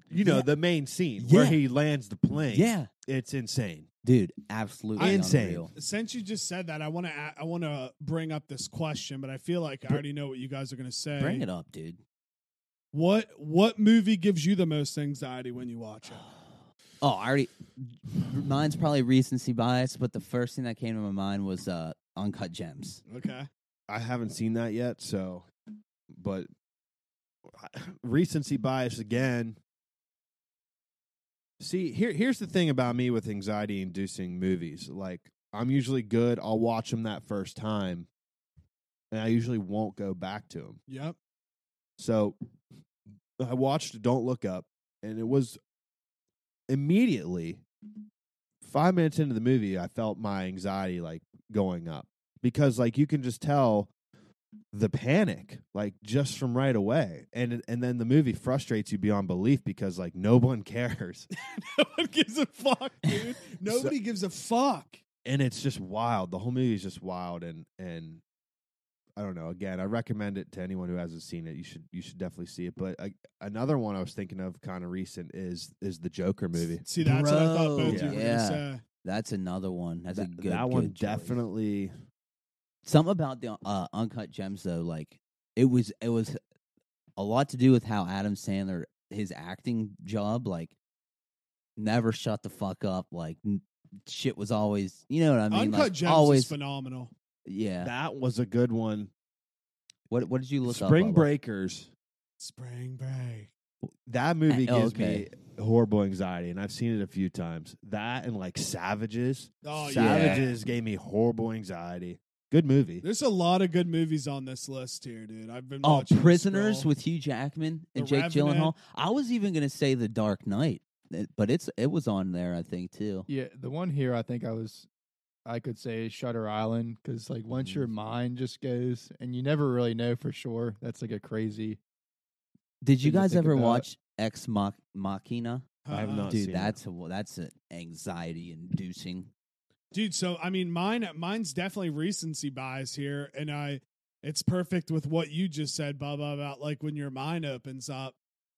You know Yeah. the main scene where Yeah. he lands the plane. Yeah, it's insane. dude, absolutely Insane. unreal. Since you just said that, I want to I want to bring up this question, but I feel like I already know what you guys are going to say. Bring it up, dude. What what movie gives you the most anxiety when you watch it? Oh, I already. Mine's probably recency bias, but the first thing that came to my mind was uh, Uncut Gems. Okay. I haven't seen that yet, so but recency bias again. See, here here's the thing about me with anxiety inducing movies. Like I'm usually good. I'll watch them that first time and I usually won't go back to them. Yep. So I watched Don't Look Up, and it was immediately five minutes into the movie, I felt my anxiety like going up because like you can just tell the panic like just from right away and and then the movie frustrates you beyond belief because like no one cares no one gives a fuck, dude. Nobody gives a fuck. and it's just wild the whole movie is just wild and and I don't know. Again, I recommend it to anyone who hasn't seen it. You should you should definitely see it. But I, another one I was thinking of, kind of recent, is is the Joker movie. See, that's what I thought Bro. both you were Yeah. going to say. That's another one. That's a That- good. that one good choice. definitely. Something about the uh, uncut gems though, like it was it was a lot to do with how Adam Sandler his acting job like never shut the fuck up. Like n- shit was always, you know what I mean? Uncut like, Gems always, is phenomenal. yeah. That was a good one. What what did you look up? Spring Bubba? Breakers. Spring Break. That movie oh, gives okay. me horrible anxiety, and I've seen it a few times. That and like Savages. Oh, yeah. Savages gave me horrible anxiety. Good movie. There's a lot of good movies on this list here, dude. I've been Oh, watching Prisoners Scroll. with Hugh Jackman and The Jake Revenant. Gyllenhaal. I was even gonna say The Dark Knight, eh, but it's it was on there I think too. Yeah, the one here I think I was, I could say is Shutter Island because like once Mhm. your Mm. mind just goes and you never really know for sure. That's like a crazy. Did you Thing to guys think ever about. watch Ex Mach- Machina? I have Uh-uh. not Dude, seen that's a, that's an anxiety inducing. Dude, so I mean mine mine's definitely recency bias here and I it's perfect with what you just said, Bubba, about like when your mind opens up.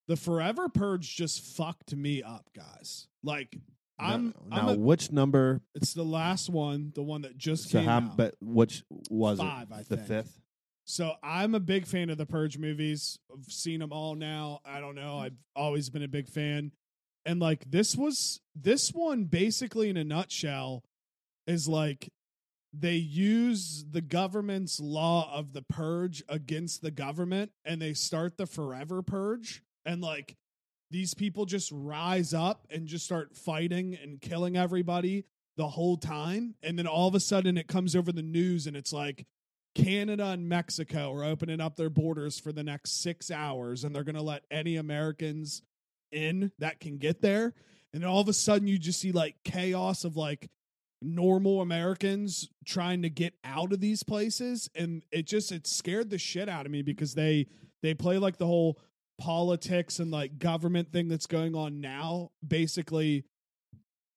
The Forever Purge just fucked me up, guys. Like Now- I'm now, I'm a- which number? it's the last one, the one that just So came how? out. But which was Five, it? I the think. fifth. So I'm a big fan of the Purge movies. I've seen them all now. I don't know. I've always been a big fan. And like this was this one basically in a nutshell is like they use the government's law of the purge against the government and they start the forever purge and like these people just rise up and just start fighting and killing everybody the whole time and then all of a sudden it comes over the news and it's like Canada and Mexico are opening up their borders for the next six hours, and they're going to let any Americans in that can get there. And then all of a sudden you just see like chaos of like normal Americans trying to get out of these places. And it just it scared the shit out of me because they they play like the whole politics and like government thing that's going on now, basically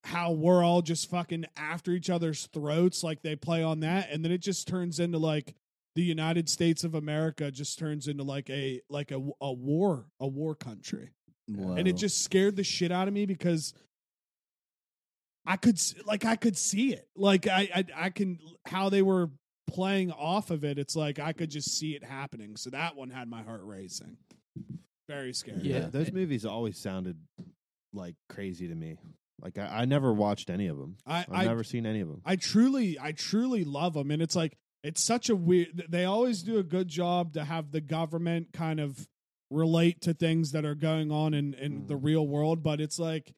how we're all just fucking after each other's throats like they play on that and then it just turns into like the United States of America just turns into like a like a a war a war country, and Whoa. it just scared the shit out of me because I could s- like I could see it like I I, I can how they were playing off of it. It's like I could just see it happening. So that one had my heart racing. Very scary. Th- Yeah. those movies always sounded like crazy to me. Like I, I never watched any of them. I I've I, never seen any of them. I truly I truly love them, and it's like it's such a weird. They always do a good job to have the government kind of relate to things that are going on in in Mhm. the real world, but it's like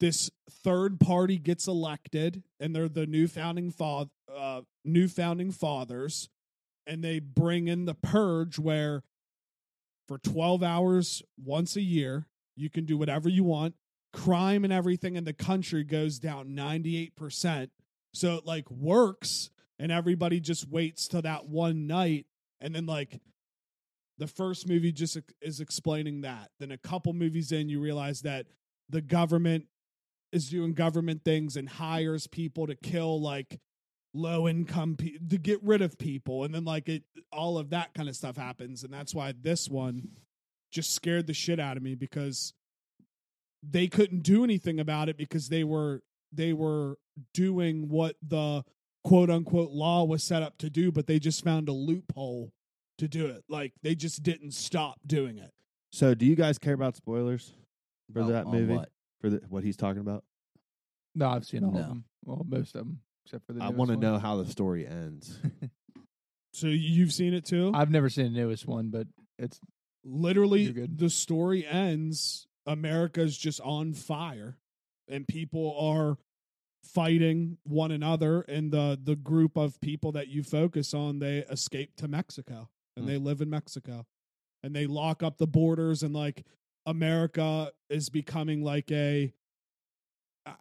this third party gets elected, and they're the new founding father, uh, new founding fathers, and they bring in the purge where for 12 hours once a year you can do whatever you want crime and everything in the country goes down 98% so it like works and everybody just waits till that one night and then like the first movie just ex- is explaining that then a couple movies in you realize that the government is doing government things and hires people to kill like low income pe- to get rid of people and then like it all of that kind of stuff happens and that's why this one just scared the shit out of me because they couldn't do anything about it because they were they were doing what the quote unquote law was set up to do but they just found a loophole to do it like they just didn't stop doing it So, do you guys care about spoilers for Oh, that on movie? what? For the, what he's talking about? No, I've seen all No. of them. Well, most of them, except for the. I newest want to one. know how the story ends. so you've seen it too I've never seen the newest one, but it's literally You're good. the story ends america's just on fire and people are fighting one another and the the group of people that you focus on they escape to mexico and Hmm. they live in mexico and they lock up the borders and like america is becoming like a I-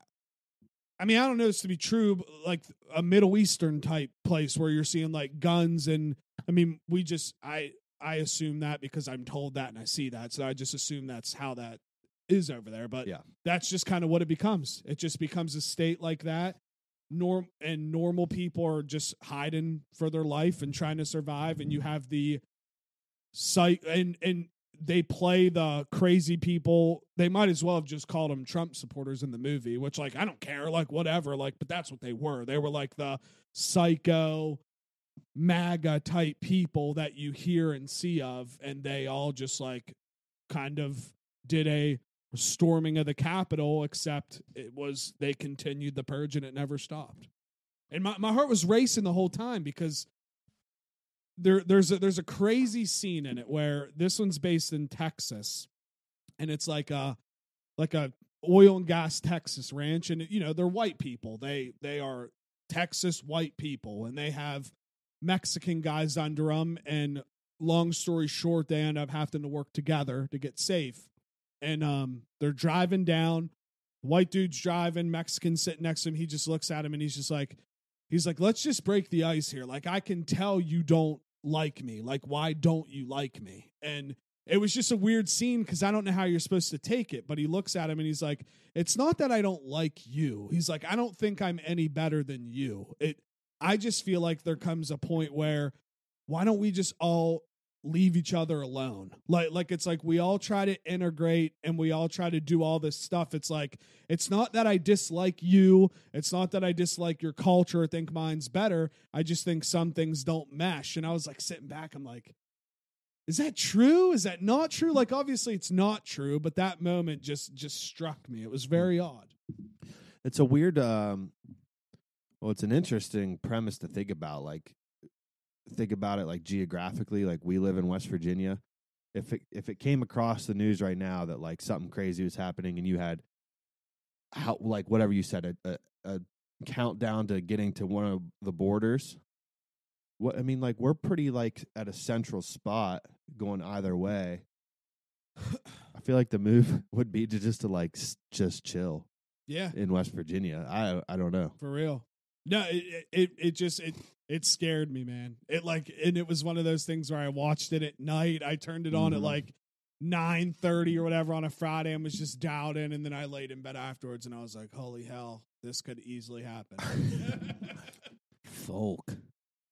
I mean, I don't know this to be true, but like a Middle Eastern type place where you're seeing like guns and I mean, we just I I assume that because I'm told that and I see that, so I just assume that's how that is over there. But Yeah. that's just kind of what it becomes. It just becomes a state like that. Norm and normal people are just hiding for their life and trying to survive, and you have the psych and and they play the crazy people. They might as well have just called them Trump supporters in the movie, which like I don't care, like whatever, like but that's what they were. They were like the psycho MAGA type people that you hear and see of, and they all just like kind of did a storming of the Capitol, except it was they continued the purge and it never stopped. And my, my heart was racing the whole time because there there's a there's a crazy scene in it where this one's based in Texas and it's like a like a oil and gas Texas ranch and you know they're white people they they are Texas white people and they have Mexican guys under them and long story short they end up having to work together to get safe and um they're driving down white dude's driving Mexican sitting next to him he just looks at him and he's just like he's like let's just break the ice here like I can tell you don't like me like why don't you like me and it was just a weird scene because I don't know how you're supposed to take it. But he looks at him and he's like, "It's not that I don't like you." He's like, "I don't think I'm any better than you." It, I just feel like there comes a point where, why don't we just all leave each other alone? Like, like it's like we all try to integrate and we all try to do all this stuff. It's like it's not that I dislike you. It's not that I dislike your culture. or think mine's better. I just think some things don't mesh. And I was like sitting back. I'm like is that true is that not true like obviously it's not true but that moment just just struck me it was very odd it's a weird um well it's an interesting premise to think about like think about it like geographically like we live in west virginia if it if it came across the news right now that like something crazy was happening and you had how like whatever you said a, a, a countdown to getting to one of the borders what i mean like we're pretty like at a central spot going either way i feel like the move would be to just to like s- just chill Yeah, in West Virginia. I I don't know. for real. No, it it- it it just it it scared me, man. It like and it was one of those things where I watched it at night. I turned it on at Mhm. like nine thirty or whatever on a Friday and was just doubting, and then I laid in bed afterwards and I was like, holy hell, this could easily happen. Folk.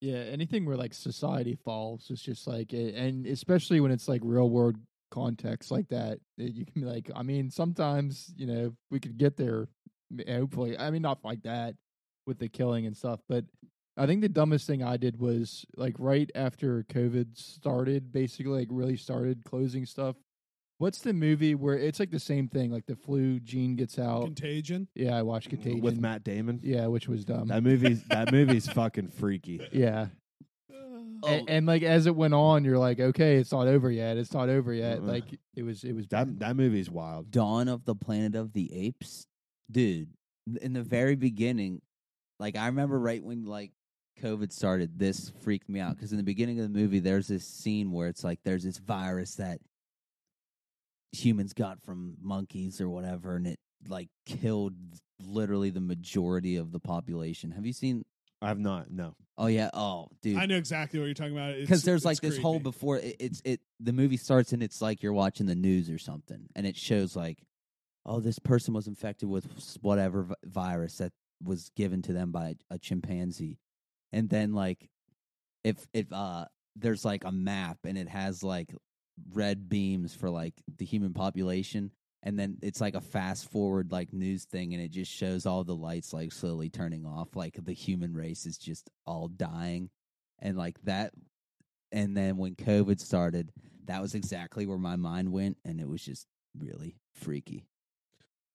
Yeah, anything where like society falls, it's just like, a- and especially when it's like real world context like that, it- you can be like, I mean, sometimes you know we could get there, m- eh, hopefully. I mean, not like that with the killing and stuff, but I think the dumbest thing I did was like right after COVID started, basically like really started closing stuff. What's the movie where it's like the same thing, like the flu gene gets Oh. out? Contagion. Yeah, I watched Contagion With Matt Damon, Yeah, which was dumb. that movie's that movie's fucking freaky. yeah. A- Oh. And, like as it went on, you're like, okay, it's not over yet. It's not over yet. Uh-uh. Like it was, it was. That that movie's wild. Dawn of the Planet of the Apes, dude. In the very beginning, like I remember right when like COVID started, this freaked me out because in the beginning of the movie, there's this scene where it's like there's this virus that humans got from monkeys or whatever, and it like killed literally the majority of the population. Have you seen? I've not no. Oh yeah. Oh, dude I know exactly what you're talking about. It's- because there's like it's this whole creepy. before it, it's it the movie starts and it's like you're watching the news or something and it shows like oh this person was infected with s- whatever vi- virus that was given to them by a chimpanzee and then like if if uh there's like a map and it has like red beams for like the human population and then it's like a fast forward like news thing and it just shows all the lights like slowly turning off like the human race is just all dying and like that and then when covid started that was exactly where my mind went and it was just really freaky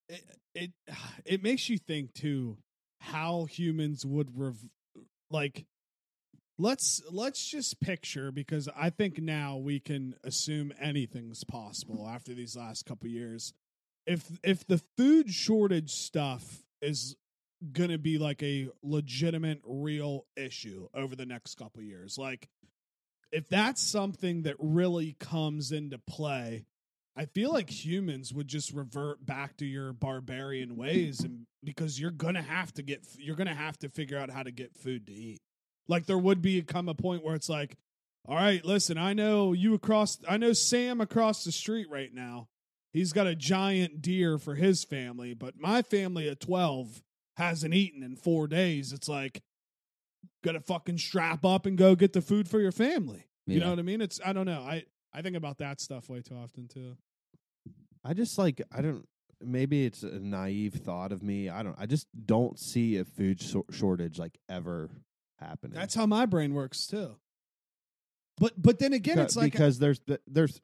it it, it makes you think too how humans would rev- like let's let's just picture because i think now we can assume anything's possible after these last couple years if if the food shortage stuff is going to be like a legitimate real issue over the next couple years like if that's something that really comes into play I feel like humans would just revert back to your barbarian ways, and because you're gonna have to get, you're gonna have to figure out how to get food to eat. Like there would be come a point where it's like, all right, listen, I know you across, I know Sam across the street right now. He's got a giant deer for his family, but my family at twelve hasn't eaten in four days. It's like, gotta fucking strap up and go get the food for your family. You Yeah. know what I mean? It's I don't know. I I think about that stuff way too often too. I just like I don't. Maybe it's a naive thought of me. I don't. I just don't see a food shor- shortage like ever happening. That's how my brain works too. But but then again, Ca- it's like because there's th- there's.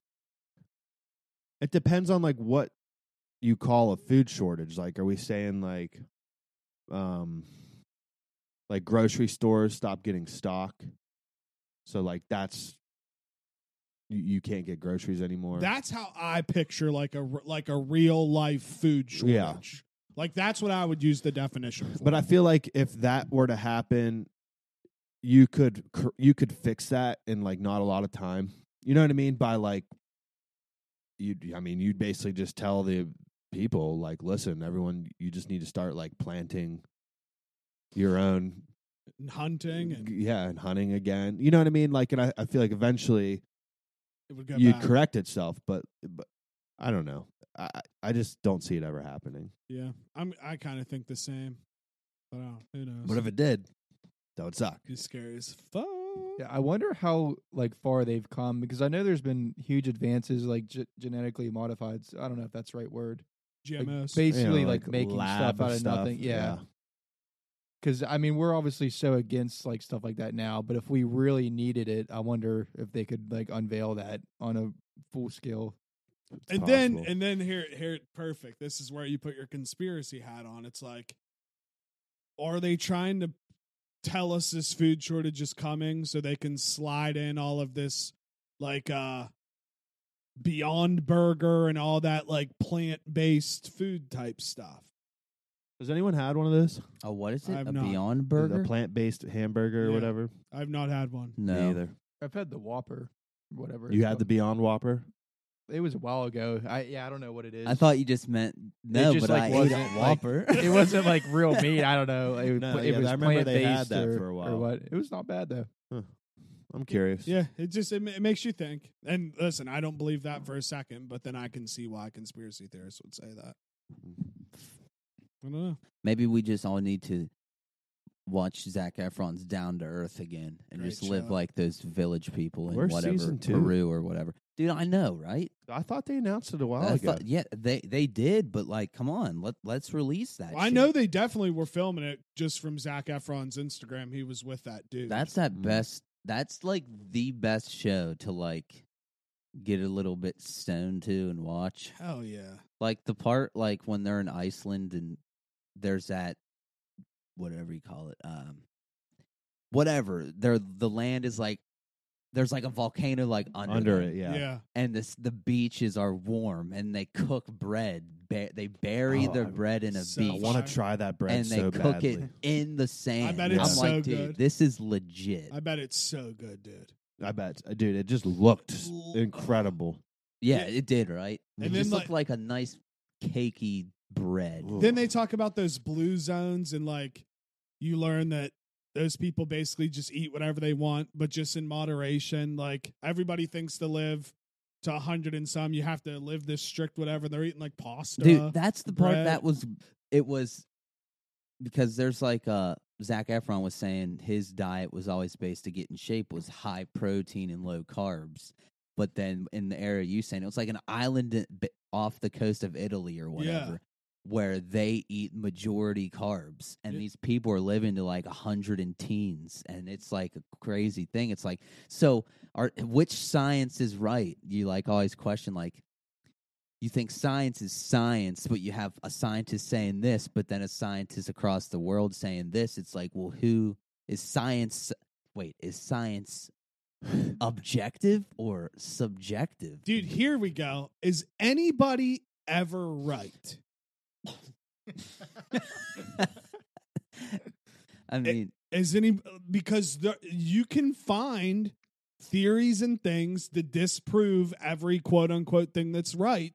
It depends on like what you call a food shortage. Like, are we saying like, um, like grocery stores stop getting stock, so like that's you, you can't get groceries anymore. that's how I picture like a r- like a real life food shortage. Yeah. Like that's what I would use the definition. For. But I feel like if that were to happen, you could cr- you could fix that in like not a lot of time. You know what I mean? By like, you I mean you'd basically just tell the people like, listen, everyone, you just need to start like planting your own, And hunting and yeah, and hunting again. You know what I mean? Like, and I, I feel like eventually it would go you back. correct itself, but but I don't know. I I- I just don't see it ever happening. Yeah, I'm. I kind of think the same. But I don't, who knows? But if it did, that would suck. Be scary as fuck. Yeah, I wonder how like far they've come because I know there's been huge advances like ge- genetically modified. I don't know if that's the right word. Like, GMOs. basically, You know, like, making stuff lab out of nothing. Yeah, because I mean we're obviously so against like stuff like that now, but if we really needed it, I wonder if they could like unveil that on a full scale. It's and then possible. and then here here perfect this is where you put your conspiracy hat on it's like are they trying to tell us this food shortage is coming so they can slide in all of this like uh beyond burger and all that like plant-based food type stuff Has anyone had one of those? oh what is it I've a not. beyond The- burger The plant based hamburger or Yeah. whatever? i've not had one no either. I've had the Whopper, whatever. You it's had the called. Beyond Whopper? It was a while ago. I yeah, I don't know what it is. I thought you just meant no, just, but like, I ate a wasn't, like- Whopper. it wasn't like real meat. I don't know. It, was No, pla- it yeah, was I remember they had plant-based that or- for a or while. what. It was not bad though. I'm curious. Yeah, it just it, ma- it makes you think. And listen, I don't believe that for a second, but then I can see why conspiracy theorists would say that. Mm-hmm. I don't know. Maybe we just all need to watch Zach Efron's Down to Earth again and Great just live show. like those village people in Where's whatever season two? Peru or whatever. Dude, I know, right? I thought they announced it a while I ago. thought- Oh, yeah, they they did, but like, come on, let let's release that. I shit. know they definitely were filming it just from Zach Efron's Instagram. He was with that dude. that's that Mm. best. That's like the best show to like get a little bit stoned to and watch. hell yeah. Like the part like when they're in Iceland and there's that whatever you call it. Um whatever. There the land is like there's like a volcano like under, Under them, it, yeah. Yeah. and this the beaches are warm and they cook bread. Ba- they bury Oh, their I- bread in a so beach I Beach. want to try that bread and they so cook badly. it in the sand. bet it's I'm like, so dude, good. this is legit. I bet it's so good, dude. I bet, Uh, dude. It just looked s- L- incredible. yeah, Yeah. it did, right? And it then, just looked like a nice cakey bread. Ooh. Then they talk about those blue zones and like you learn that those people basically just eat whatever they want, but just in moderation. Like everybody thinks to live to a hundred and some, you have to live this strict whatever. They're eating like pasta. Dude, that's the part bread. that was it was because there's like uh Zach Efron was saying his diet was always based to get in shape was high protein and low carbs. But then in the area you saying it was like an island in- b- off the coast of Italy or whatever where they eat majority carbs and Yeah. these people are living to like a hundred and teens and it's like a crazy thing. It's like so are which science is right? You like always question like you think science is science, but you have a scientist saying this, but then a scientist across the world saying this. It's like, well, who is science? Wait, is science objective or subjective? Dude, here we go. Is anybody ever right? I mean, Is any because there, you can find theories and things to disprove every quote unquote thing that's right.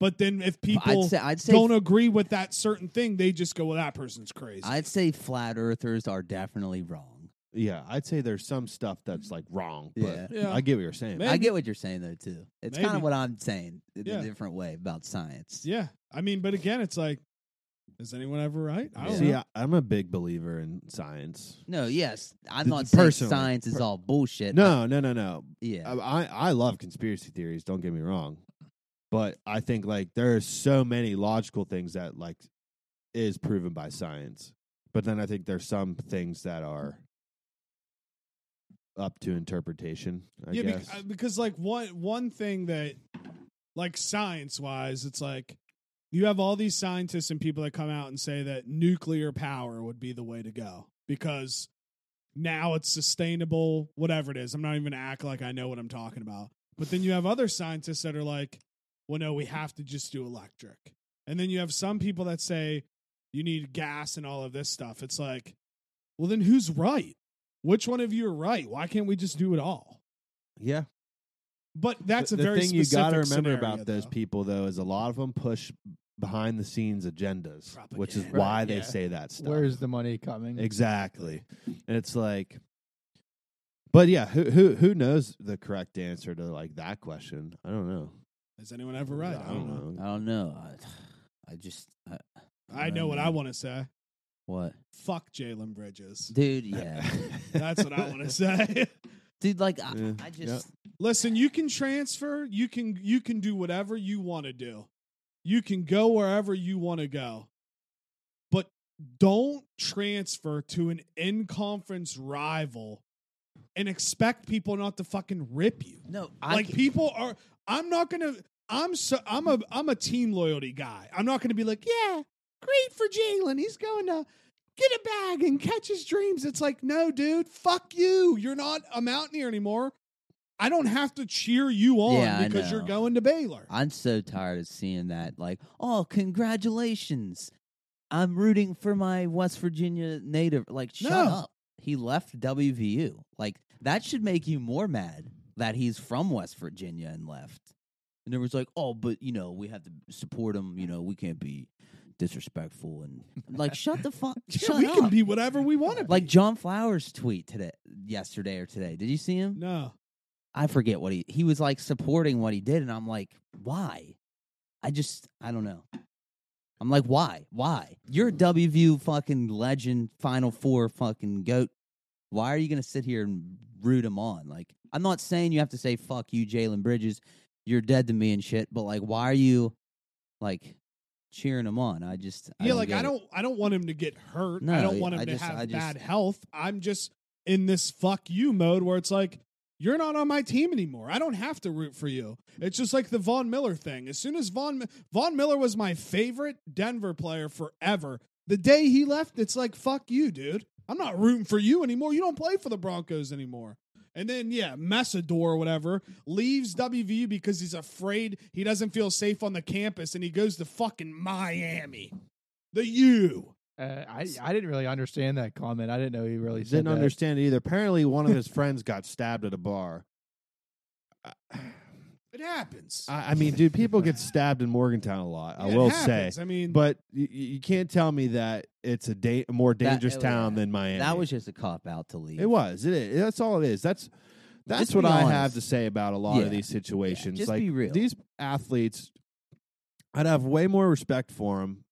But then if people I'd say I'd say don't agree with that certain thing, they just go, "Well, that person's crazy." I'd say flat earthers are definitely wrong. Yeah, I'd say there's some stuff that's like wrong. But Yeah. Yeah. I get what you're saying. Man. I Maybe. get what you're saying though too. It's kind of Maybe. what I'm saying in Yeah. a different way about science. yeah, I mean, but again, it's like, is anyone ever right? I don't See, know. I, I'm a big believer in science. No, yes, I'm Th- not saying personally, science is per- all bullshit. I- No, no, no, no. yeah, I I I love conspiracy theories. Don't get me wrong, but I think like there are so many logical things that like is proven by science, but then I think there's some things that are up to interpretation. I yeah, bec- guess. uh, because like one one thing that, like science wise, it's like you have all these scientists and people that come out and say that nuclear power would be the way to go because now it's sustainable, whatever it is. I'm not even gonna act like I know what I'm talking about. But then you have other scientists that are like, well, no, we have to just do electric. And then you have some people that say you need gas and all of this stuff. It's like, well, then who's right? Which one of you are right? Why can't we just do it all? yeah. But that's the, a very the thing you specific got to remember scenario, about those though. people though is a lot of them push behind the scenes agendas, which is Propaganda. why Right, they yeah. say that stuff. Where is the money coming? Exactly. And it's like but yeah, who who who knows the correct answer to like that question? I don't know. Is anyone ever right? I don't know. I don't know. Uh, I, I just I, um, I know what I want to say. What, Fuck Jalen Bridges. dude? Yeah, That's what I want to say. dude. Like I, Yeah. I Yep. just Listen, you can transfer. You can you can do whatever you want to do. You can go wherever you want to go. But don't transfer to an in-conference rival and expect people not to fucking rip you. no. I Like ca- people are I'm not going to I'm so I'm a I'm a team loyalty guy. I'm not going to be like, "Yeah, great for Jalen. He's going to get a bag and catch his dreams." It's like, "No, dude, fuck you. You're not a mountaineer anymore. I don't have to cheer you on Yeah, I because you're know. going to Baylor." I'm so tired of seeing that. Like, oh, congratulations! I'm rooting for my West Virginia native. Like, shut No. up. He left WVU. Like that should make you more mad that he's from West Virginia and left. And everyone's like, "Oh, but you know, we have to support them. You know, we can't be disrespectful." And I'm like, shut the fuck, Yeah, shut we up. can be whatever we want to be. like John Flowers' tweet today, yesterday or today. Did you see him? no, I forget what he he was like supporting what he did, and I'm like, why? I just I don't know. I'm like, why? Why? You're a WVU fucking legend, Final Four fucking goat. Why are you gonna sit here and root him on? Like, I'm not saying you have to say fuck you, Jalen Bridges. You're dead to me and shit. But like, why are you like cheering him on? I just I yeah, like get I it. don't, I don't want him to get hurt. I No, don't want him I to just- have I just- bad health. I'm just in this fuck you mode where it's like you're not on my team anymore. I don't have to root for you. It's just like the Von Miller thing. As soon as Von Mi- Von Miller was my favorite Denver player forever, the day he left, it's like fuck you, dude. I'm not rooting for you anymore. You don't play for the Broncos anymore. And then yeah, Messador or whatever leaves WVU because he's afraid he doesn't feel safe on the campus, and he goes to fucking Miami. The U. Uh, I I didn't really understand that comment. I didn't know he really said Didn't that. understand it either. Apparently, one of his friends got stabbed at a bar. It happens. I, I mean, dude, people get stabbed in Morgantown a lot. I Yeah, it will say, happens. I mean, but you, you can't tell me that it's a da- more dangerous oh, town yeah. than Miami. That was just a cop out to leave. It was. It is. That's all it is. That's that's Just what be I honest. have to say about a lot Yeah. of these situations. just like be real. these athletes, I'd have way more respect for them.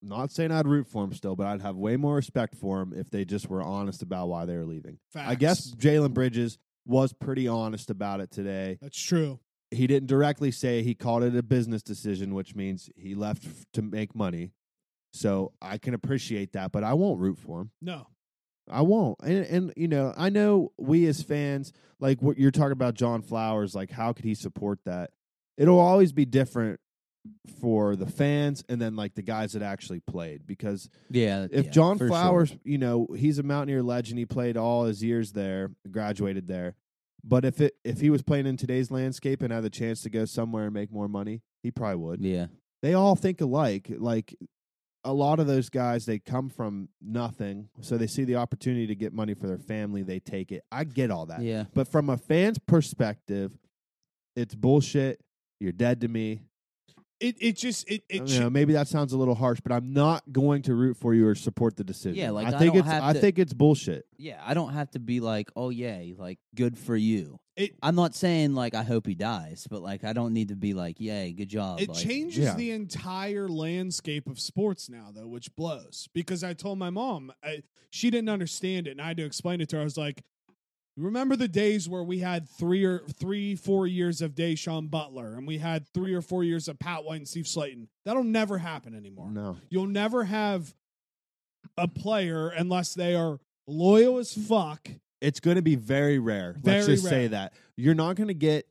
Not saying I'd root for them still, but I'd have way more respect for them if they just were honest about why they were leaving. I guess facts. Jalen Bridges was pretty honest about it today. that's true. He didn't directly say he called it a business decision, which means he left f- to make money. So I can appreciate that, but I won't root for him. No, I won't. And and you know, I know we as fans, like what you're talking about John Flowers, like how could he support that? It'll always be different for the fans and then like the guys that actually played because yeah. if yeah, John for sure. Flowers, you know, he's a Mountaineer legend, he played all his years there, graduated there. But if it if he was playing in today's landscape and had the chance to go somewhere and make more money, he probably would yeah, they all think alike. Like a lot of those guys, they come from nothing, so they see the opportunity to get money for their family, they take it. I get all that, yeah, but from a fan's perspective, it's bullshit. You're dead to me. it it just it You it. know, maybe that sounds a little harsh, but I'm not going to root for you or support the decision. Yeah, like, I I think don't it's have I to- think it's bullshit. yeah. I don't have to be like, oh yay, like good for you. It- I'm not saying like I hope he dies, but like I don't need to be like, yay, good job. It like, changes Yeah. the entire landscape of sports now, though, which blows. Because I told my mom, I, she didn't understand it, and I had to explain it to her. I was like, "Remember the days where we had three or three, four years of Deshaun Butler, and we had three or four years of Pat White and Steve Slayton. That'll never happen anymore. No, You'll never have a player unless they are loyal as fuck. it's going to be very rare. Let's Very just say rare. that you're not going to get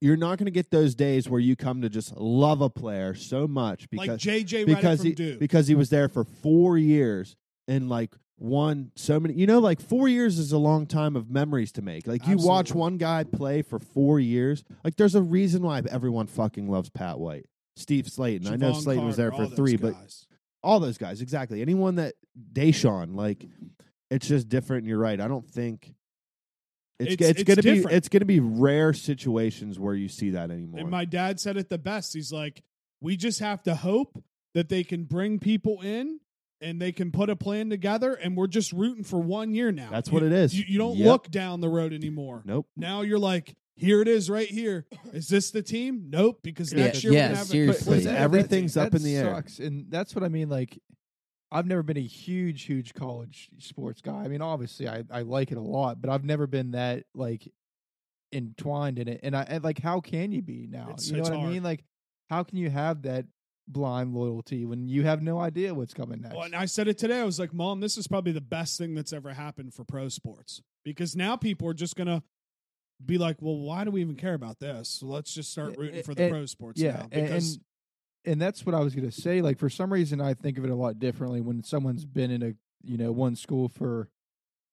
you're not going to get those days where you come to just love a player so much because like JJ Redick because from he Duke. because he was there for four years and like won so many. You know, like four years is a long time of memories to make. Like you watch Absolutely. one guy play for four years. Like there's a reason why everyone fucking loves Pat White, Steve Slayton. I know Javon Slayton was there Carter, for all those three, but guys. all those guys exactly. Anyone that Deshaun, like it's just different. And you're right. I don't think. It's, It's- it's, it's gonna be different. it's gonna be rare situations where you see that anymore. And my dad said it the best. He's like, we just have to hope that they can bring people in and they can put a plan together. And we're just rooting for one year now. That's You- what it is. You, you don't Yep. look down the road anymore. Nope. Now you're like, here it is right here. Is this the team? Nope. Because Yeah, next year yeah, we're going to have a seriously. completely Because different everything's team. up in the air. sucks. and that's what I mean. Like, I've never been a huge, huge college sports guy. I mean, obviously, I, I like it a lot, but I've never been that like entwined in it. And I and, like, how can you be now? It's- you know it's what I hard. mean? Like, how can you have that blind loyalty when you have no idea what's coming next? Well, and I said it today. I was like, Mom, this is probably the best thing that's ever happened for pro sports because now people are just going to be like, well, why do we even care about this? So let's just start Yeah, rooting for it- the it- pro sports yeah, now. a- Because and and that's what I was gonna say. Like for some reason, I think of it a lot differently when someone's been in a you know one school for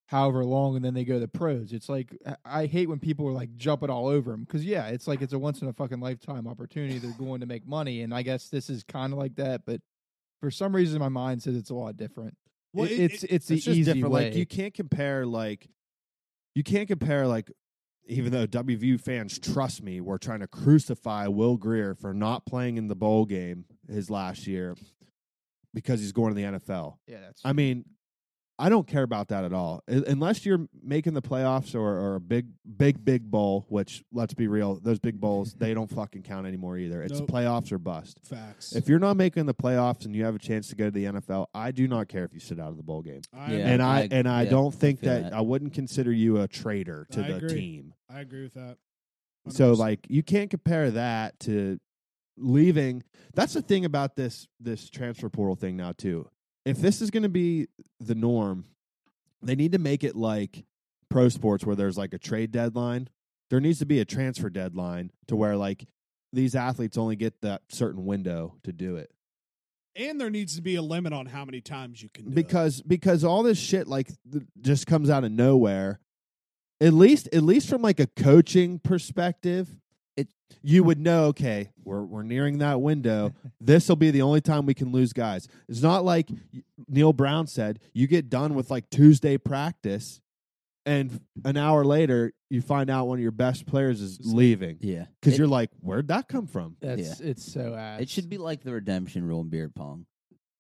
however long, and then they go to pros. It's like I- I hate when people are like jumping all over them because yeah, it's like it's a once in a fucking lifetime opportunity. They're going to make money, and I guess this is kind of like that, but. For some reason, my mind says it's a lot different. well, It- it- it's it- it's the it's just easy different. way. Like you can't compare like you can't compare like even though WVU fans trust me, were trying to crucify Will Greer for not playing in the bowl game his last year because he's going to the NFL. Yeah, that's. I mean, I don't care about that at all. U- Unless you're making the playoffs or, or a big, big, big bowl, which let's be real, those big bowls, they don't fucking count anymore either. It's Nope. playoffs or bust. Facts. If you're not making the playoffs and you have a chance to go to the NFL, I do not care if you sit out of the bowl game. I, Yeah. and I, I- and I yeah, don't think feel that, that. I wouldn't consider you a traitor to I the agree. team. I agree with that. So 100%. like you can't compare that to leaving. That's the thing about this this transfer portal thing now too. If this is going to be the norm, they need to make it like pro sports where there's like a trade deadline. There needs to be a transfer deadline to where like these athletes only get that certain window to do it. and there needs to be a limit on how many times you can do it. because because all this shit like th- just comes out of nowhere at least at least from like a coaching perspective It- you would know okay we're we're nearing that window this will be the only time we can lose guys it's not like y- neil brown said you get done with like tuesday practice and an hour later you find out one of your best players is leaving Yeah, because It- you're like where'd that come from That's it's so ass. It should be like the redemption rule in beer pong.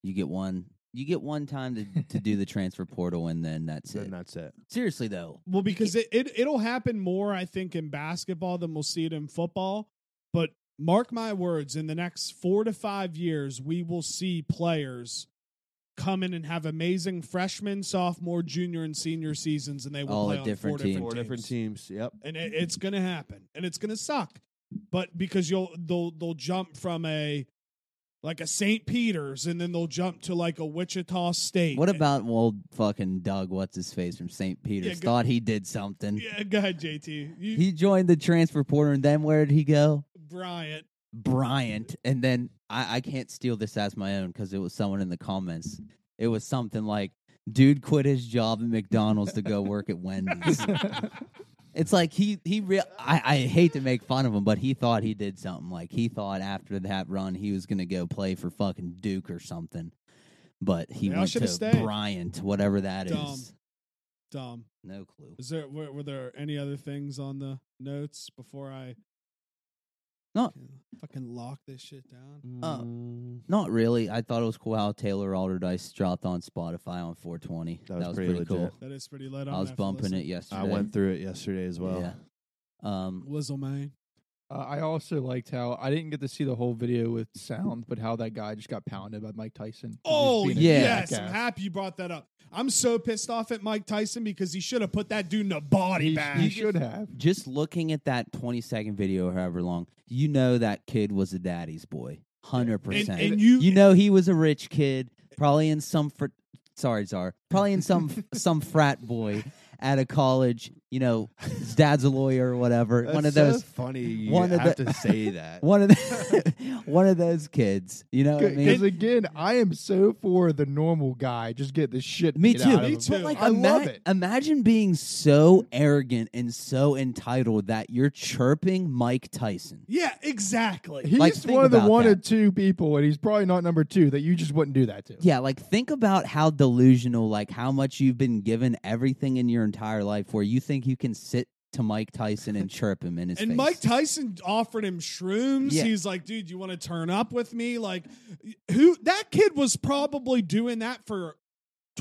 You get one. You get one time to, to do the transfer portal, and then that's then it. that's it Seriously though, Well, because it, it it'll happen more, I think, in basketball than we'll see it in football. But mark my words, in the next four to five years, we will see players come in and have amazing freshman, sophomore, junior, and senior seasons, and they will All play at on different four different teams. four different teams yep and it, it's gonna happen, and it's gonna suck. But because you'll they'll they'll jump from a like a St. Peter's, and then they'll jump to like a Wichita State. what about old fucking Doug? What's his face from St. Peter's? go- Thought he did something. Yeah, go ahead, JT. You, He joined the transfer portal, and then where did he go? Bryant. Bryant, and then I, I can't steal this as my own because it was someone in the comments. It was something like, "Dude quit his job at McDonald's to go work at Wendy's." it's like he he real. I, I hate to make fun of him, but he thought he did something. Like he thought after that run he was gonna go play for fucking Duke or something. But he Yeah, I went should've to stayed. Bryant, whatever that is. Dumb. Dumb. No clue. Is there were, were there any other things on the notes before I No. fucking lock this shit down? Uh, Mm. Not really. I thought it was cool how Taylor Alderdice dropped on Spotify on 420. That was pretty cool. legit. That is pretty lit. I'm I gonna was have to bumping listen. it yesterday. i went through it yesterday as well Yeah. Um, Lizzle man. Uh, I also liked how I didn't get to see the whole video with sound, but how that guy just got pounded by Mike Tyson. Oh being a yes, I'm jackass. happy you brought that up. I'm so pissed off at Mike Tyson because he should have put that dude in a body He, bag. he should have. just looking at that 20 second video, or however long, you know that kid was a daddy's boy. 100%. And- and you- know he was a rich kid, probably in some fr- sorry, czar, probably in some some frat boy at a college, you know, his dad's a lawyer or whatever. one of That's so those funny. You one of have the- to say that. one of the, one of those kids, you know what I mean? Because again, I am so for the normal guy. Just get the shit. Me beat too. Out of Me him. too. But like, I ima- love it. imagine being so arrogant and so entitled that you're chirping Mike Tyson. yeah, exactly. He's Like, think one of the about one that. or two people, and he's probably not number two that you just wouldn't do that to. Yeah, like think about how delusional, like how much you've been given everything in your entire life, where you think you can sit to Mike Tyson and chirp him in his and face. Mike Tyson offered him shrooms. Yeah. He's like, dude, you want to turn up with me? Like, who? That kid was probably doing that for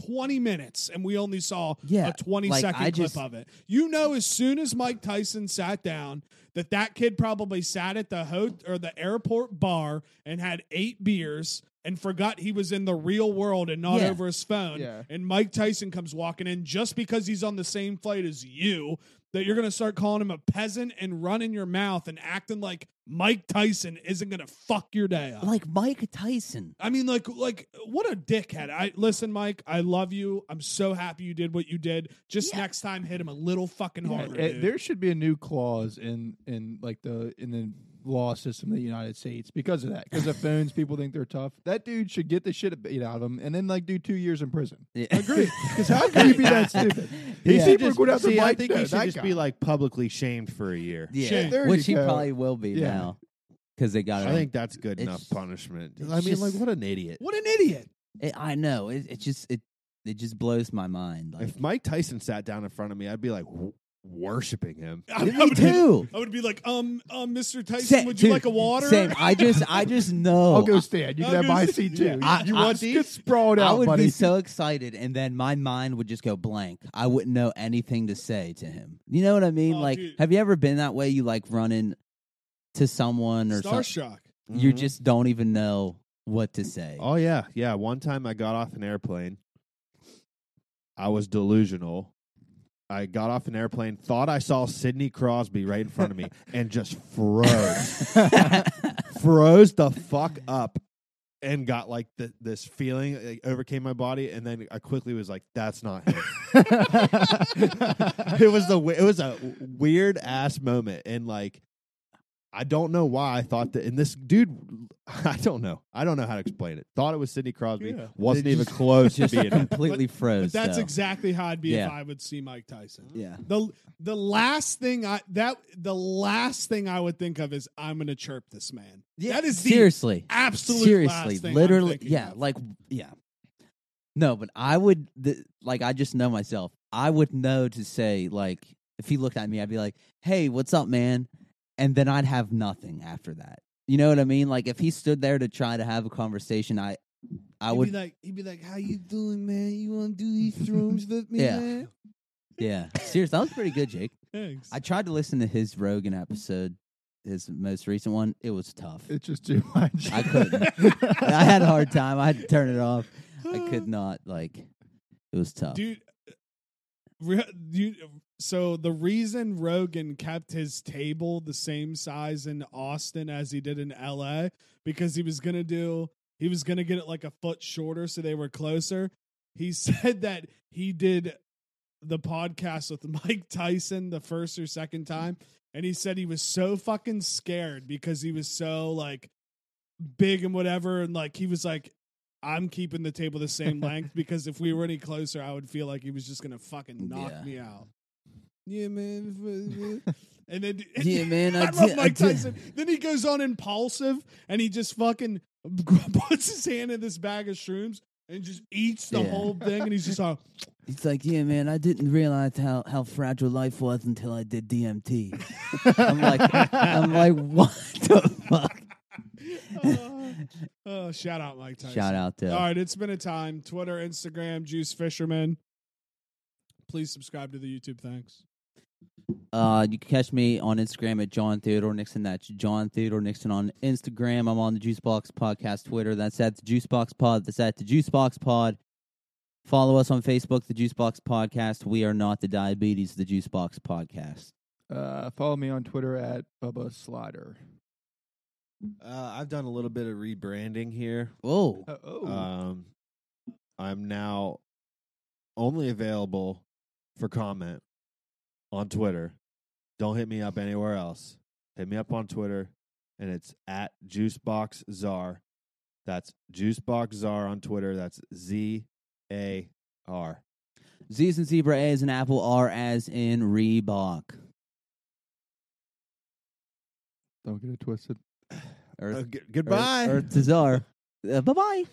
20 minutes, and we only saw Yeah, a twenty like, second I clip just- of it. You know, as soon as Mike Tyson sat down, that that kid probably sat at the ho- or the airport bar and had eight beers. And forgot he was in the real world and not Yeah. over his phone. Yeah. And Mike Tyson comes walking in just because he's on the same flight as you that you're going to start calling him a peasant and running your mouth and acting like Mike Tyson isn't going to fuck your day up. like Mike Tyson. I mean, like, like what a dickhead! I listen, Mike. I love you. I'm so happy you did what you did. Just Yeah. next time, hit him a little fucking Yeah, harder. it- dude. Uh, eh, there should be a new clause in in like the in the law system of the United States because of that. Because of phones, people think they're tough. That dude should get the shit beat out of him, and then like do two years in prison. Agree. Because how could you be that stupid? These Yeah. should people are going after see, I Mike. think no, he should that just guy. be like publicly shamed for a year. yeah, Shit, there which he you go. probably will be Yeah. now because they got it. I on- think that's good It's- enough punishment. it's I mean, just- like, what an idiot. what an idiot! it, I know it. It just it it just blows my mind. Like If Mike Tyson sat down in front of me, I'd be like, "Wh- worshiping him. I Me would- too. I would be like, um, um, Mr. Tyson, Sa- would you dude, like a water? Same. I just, Oh, I just know. I'll go stand. You I'll can have go my sit- seat yeah. too. I- you I- want these? Get sprawled I out, would buddy. be so excited, and then my mind would just go blank. I wouldn't know anything to say to him. You know what I mean? Oh, like, dude. have you ever been that way? You like running to someone or something. Starshock. You Mhm. just don't even know what to say. Oh yeah, yeah. One time I got off an airplane. I was delusional. I got off an airplane, thought I saw Sidney Crosby right in front of me, and just froze, froze the fuck up, and got like th- this feeling like, overcame my body, and then I quickly was like, "That's not him." it was the it was a weird ass moment, and like I don't know why I thought that. And this dude, I don't know, I don't know how to explain it. Thought it was Sidney Crosby, Yeah. wasn't They even just- close to just being. him. completely froze. But that's though. exactly how I'd be Yeah. if I would see Mike Tyson. Yeah. The the last thing I that the last thing I would think of is I'm gonna chirp this man. that is the seriously. absolute seriously, last thing I'm literally, thinking yeah, of. like, yeah. No, but I would th- like. I just know myself. I would know to say like, if he looked at me, I'd be like, "Hey, what's up, man?" And then I'd have nothing after that. You know what I mean? Like, if he stood there to try to have a conversation, I, I he'd would, be like he'd be like, How you doing, man? You wanna do these rooms with me, Yeah. man? yeah. Seriously, that was pretty good, Jake. Thanks. I tried to listen to his Rogan episode, his most recent one. It was tough. it's just too much. I couldn't. I had a hard time. I had to turn it off. I could not like. It was tough. Dude, re- you, so the reason Rogan kept his table the same size in Austin as he did in LA because he was going to do he was going to get it like a foot shorter so they were closer. He said that he did the podcast with Mike Tyson the first or second time and he said he was so fucking scared because he was so like big and whatever and like he was like I'm keeping the table the same length because if we were any closer, I would feel like he was just gonna fucking knock Yeah. me out. Yeah, man. And then Yeah, man, I I, love did- I Mike did- Tyson. Then he goes on impulsive and he just fucking puts his hand in this bag of shrooms and just eats the Yeah. whole thing. And he's just like, It's like, yeah, man, I didn't realize how, how fragile life was until I did DMT. I'm like, I'm like, what the fuck? oh, oh, shout out Mike Tyson. Shout out to All right, it's been a time. Twitter, Instagram, Juice Fisherman. Please subscribe to the YouTube. Thanks. Uh, you can catch me on Instagram at John Theodore Nixon. That's John Theodore Nixon on Instagram. I'm on the Juicebox Podcast Twitter. That's at the Juicebox Pod. That's at the Juicebox Pod. Follow us on Facebook, the Juicebox Podcast. We are not the diabetes, the Juicebox Podcast. Uh, follow me on Twitter at Bubba Slider. Uh, I've done a little bit of rebranding here. Whoa. Uh, oh, Um, I'm now only available for comment on Twitter. Don't hit me up anywhere else. Hit me up on Twitter, and it's at JuiceboxZar. That's JuiceboxZar on Twitter. That's Z A R. Z is in zebra, A is in apple, R as in Reebok. don't get it twisted. Earth, goodbye. Earth, Earth to Czar. Uh, bye bye.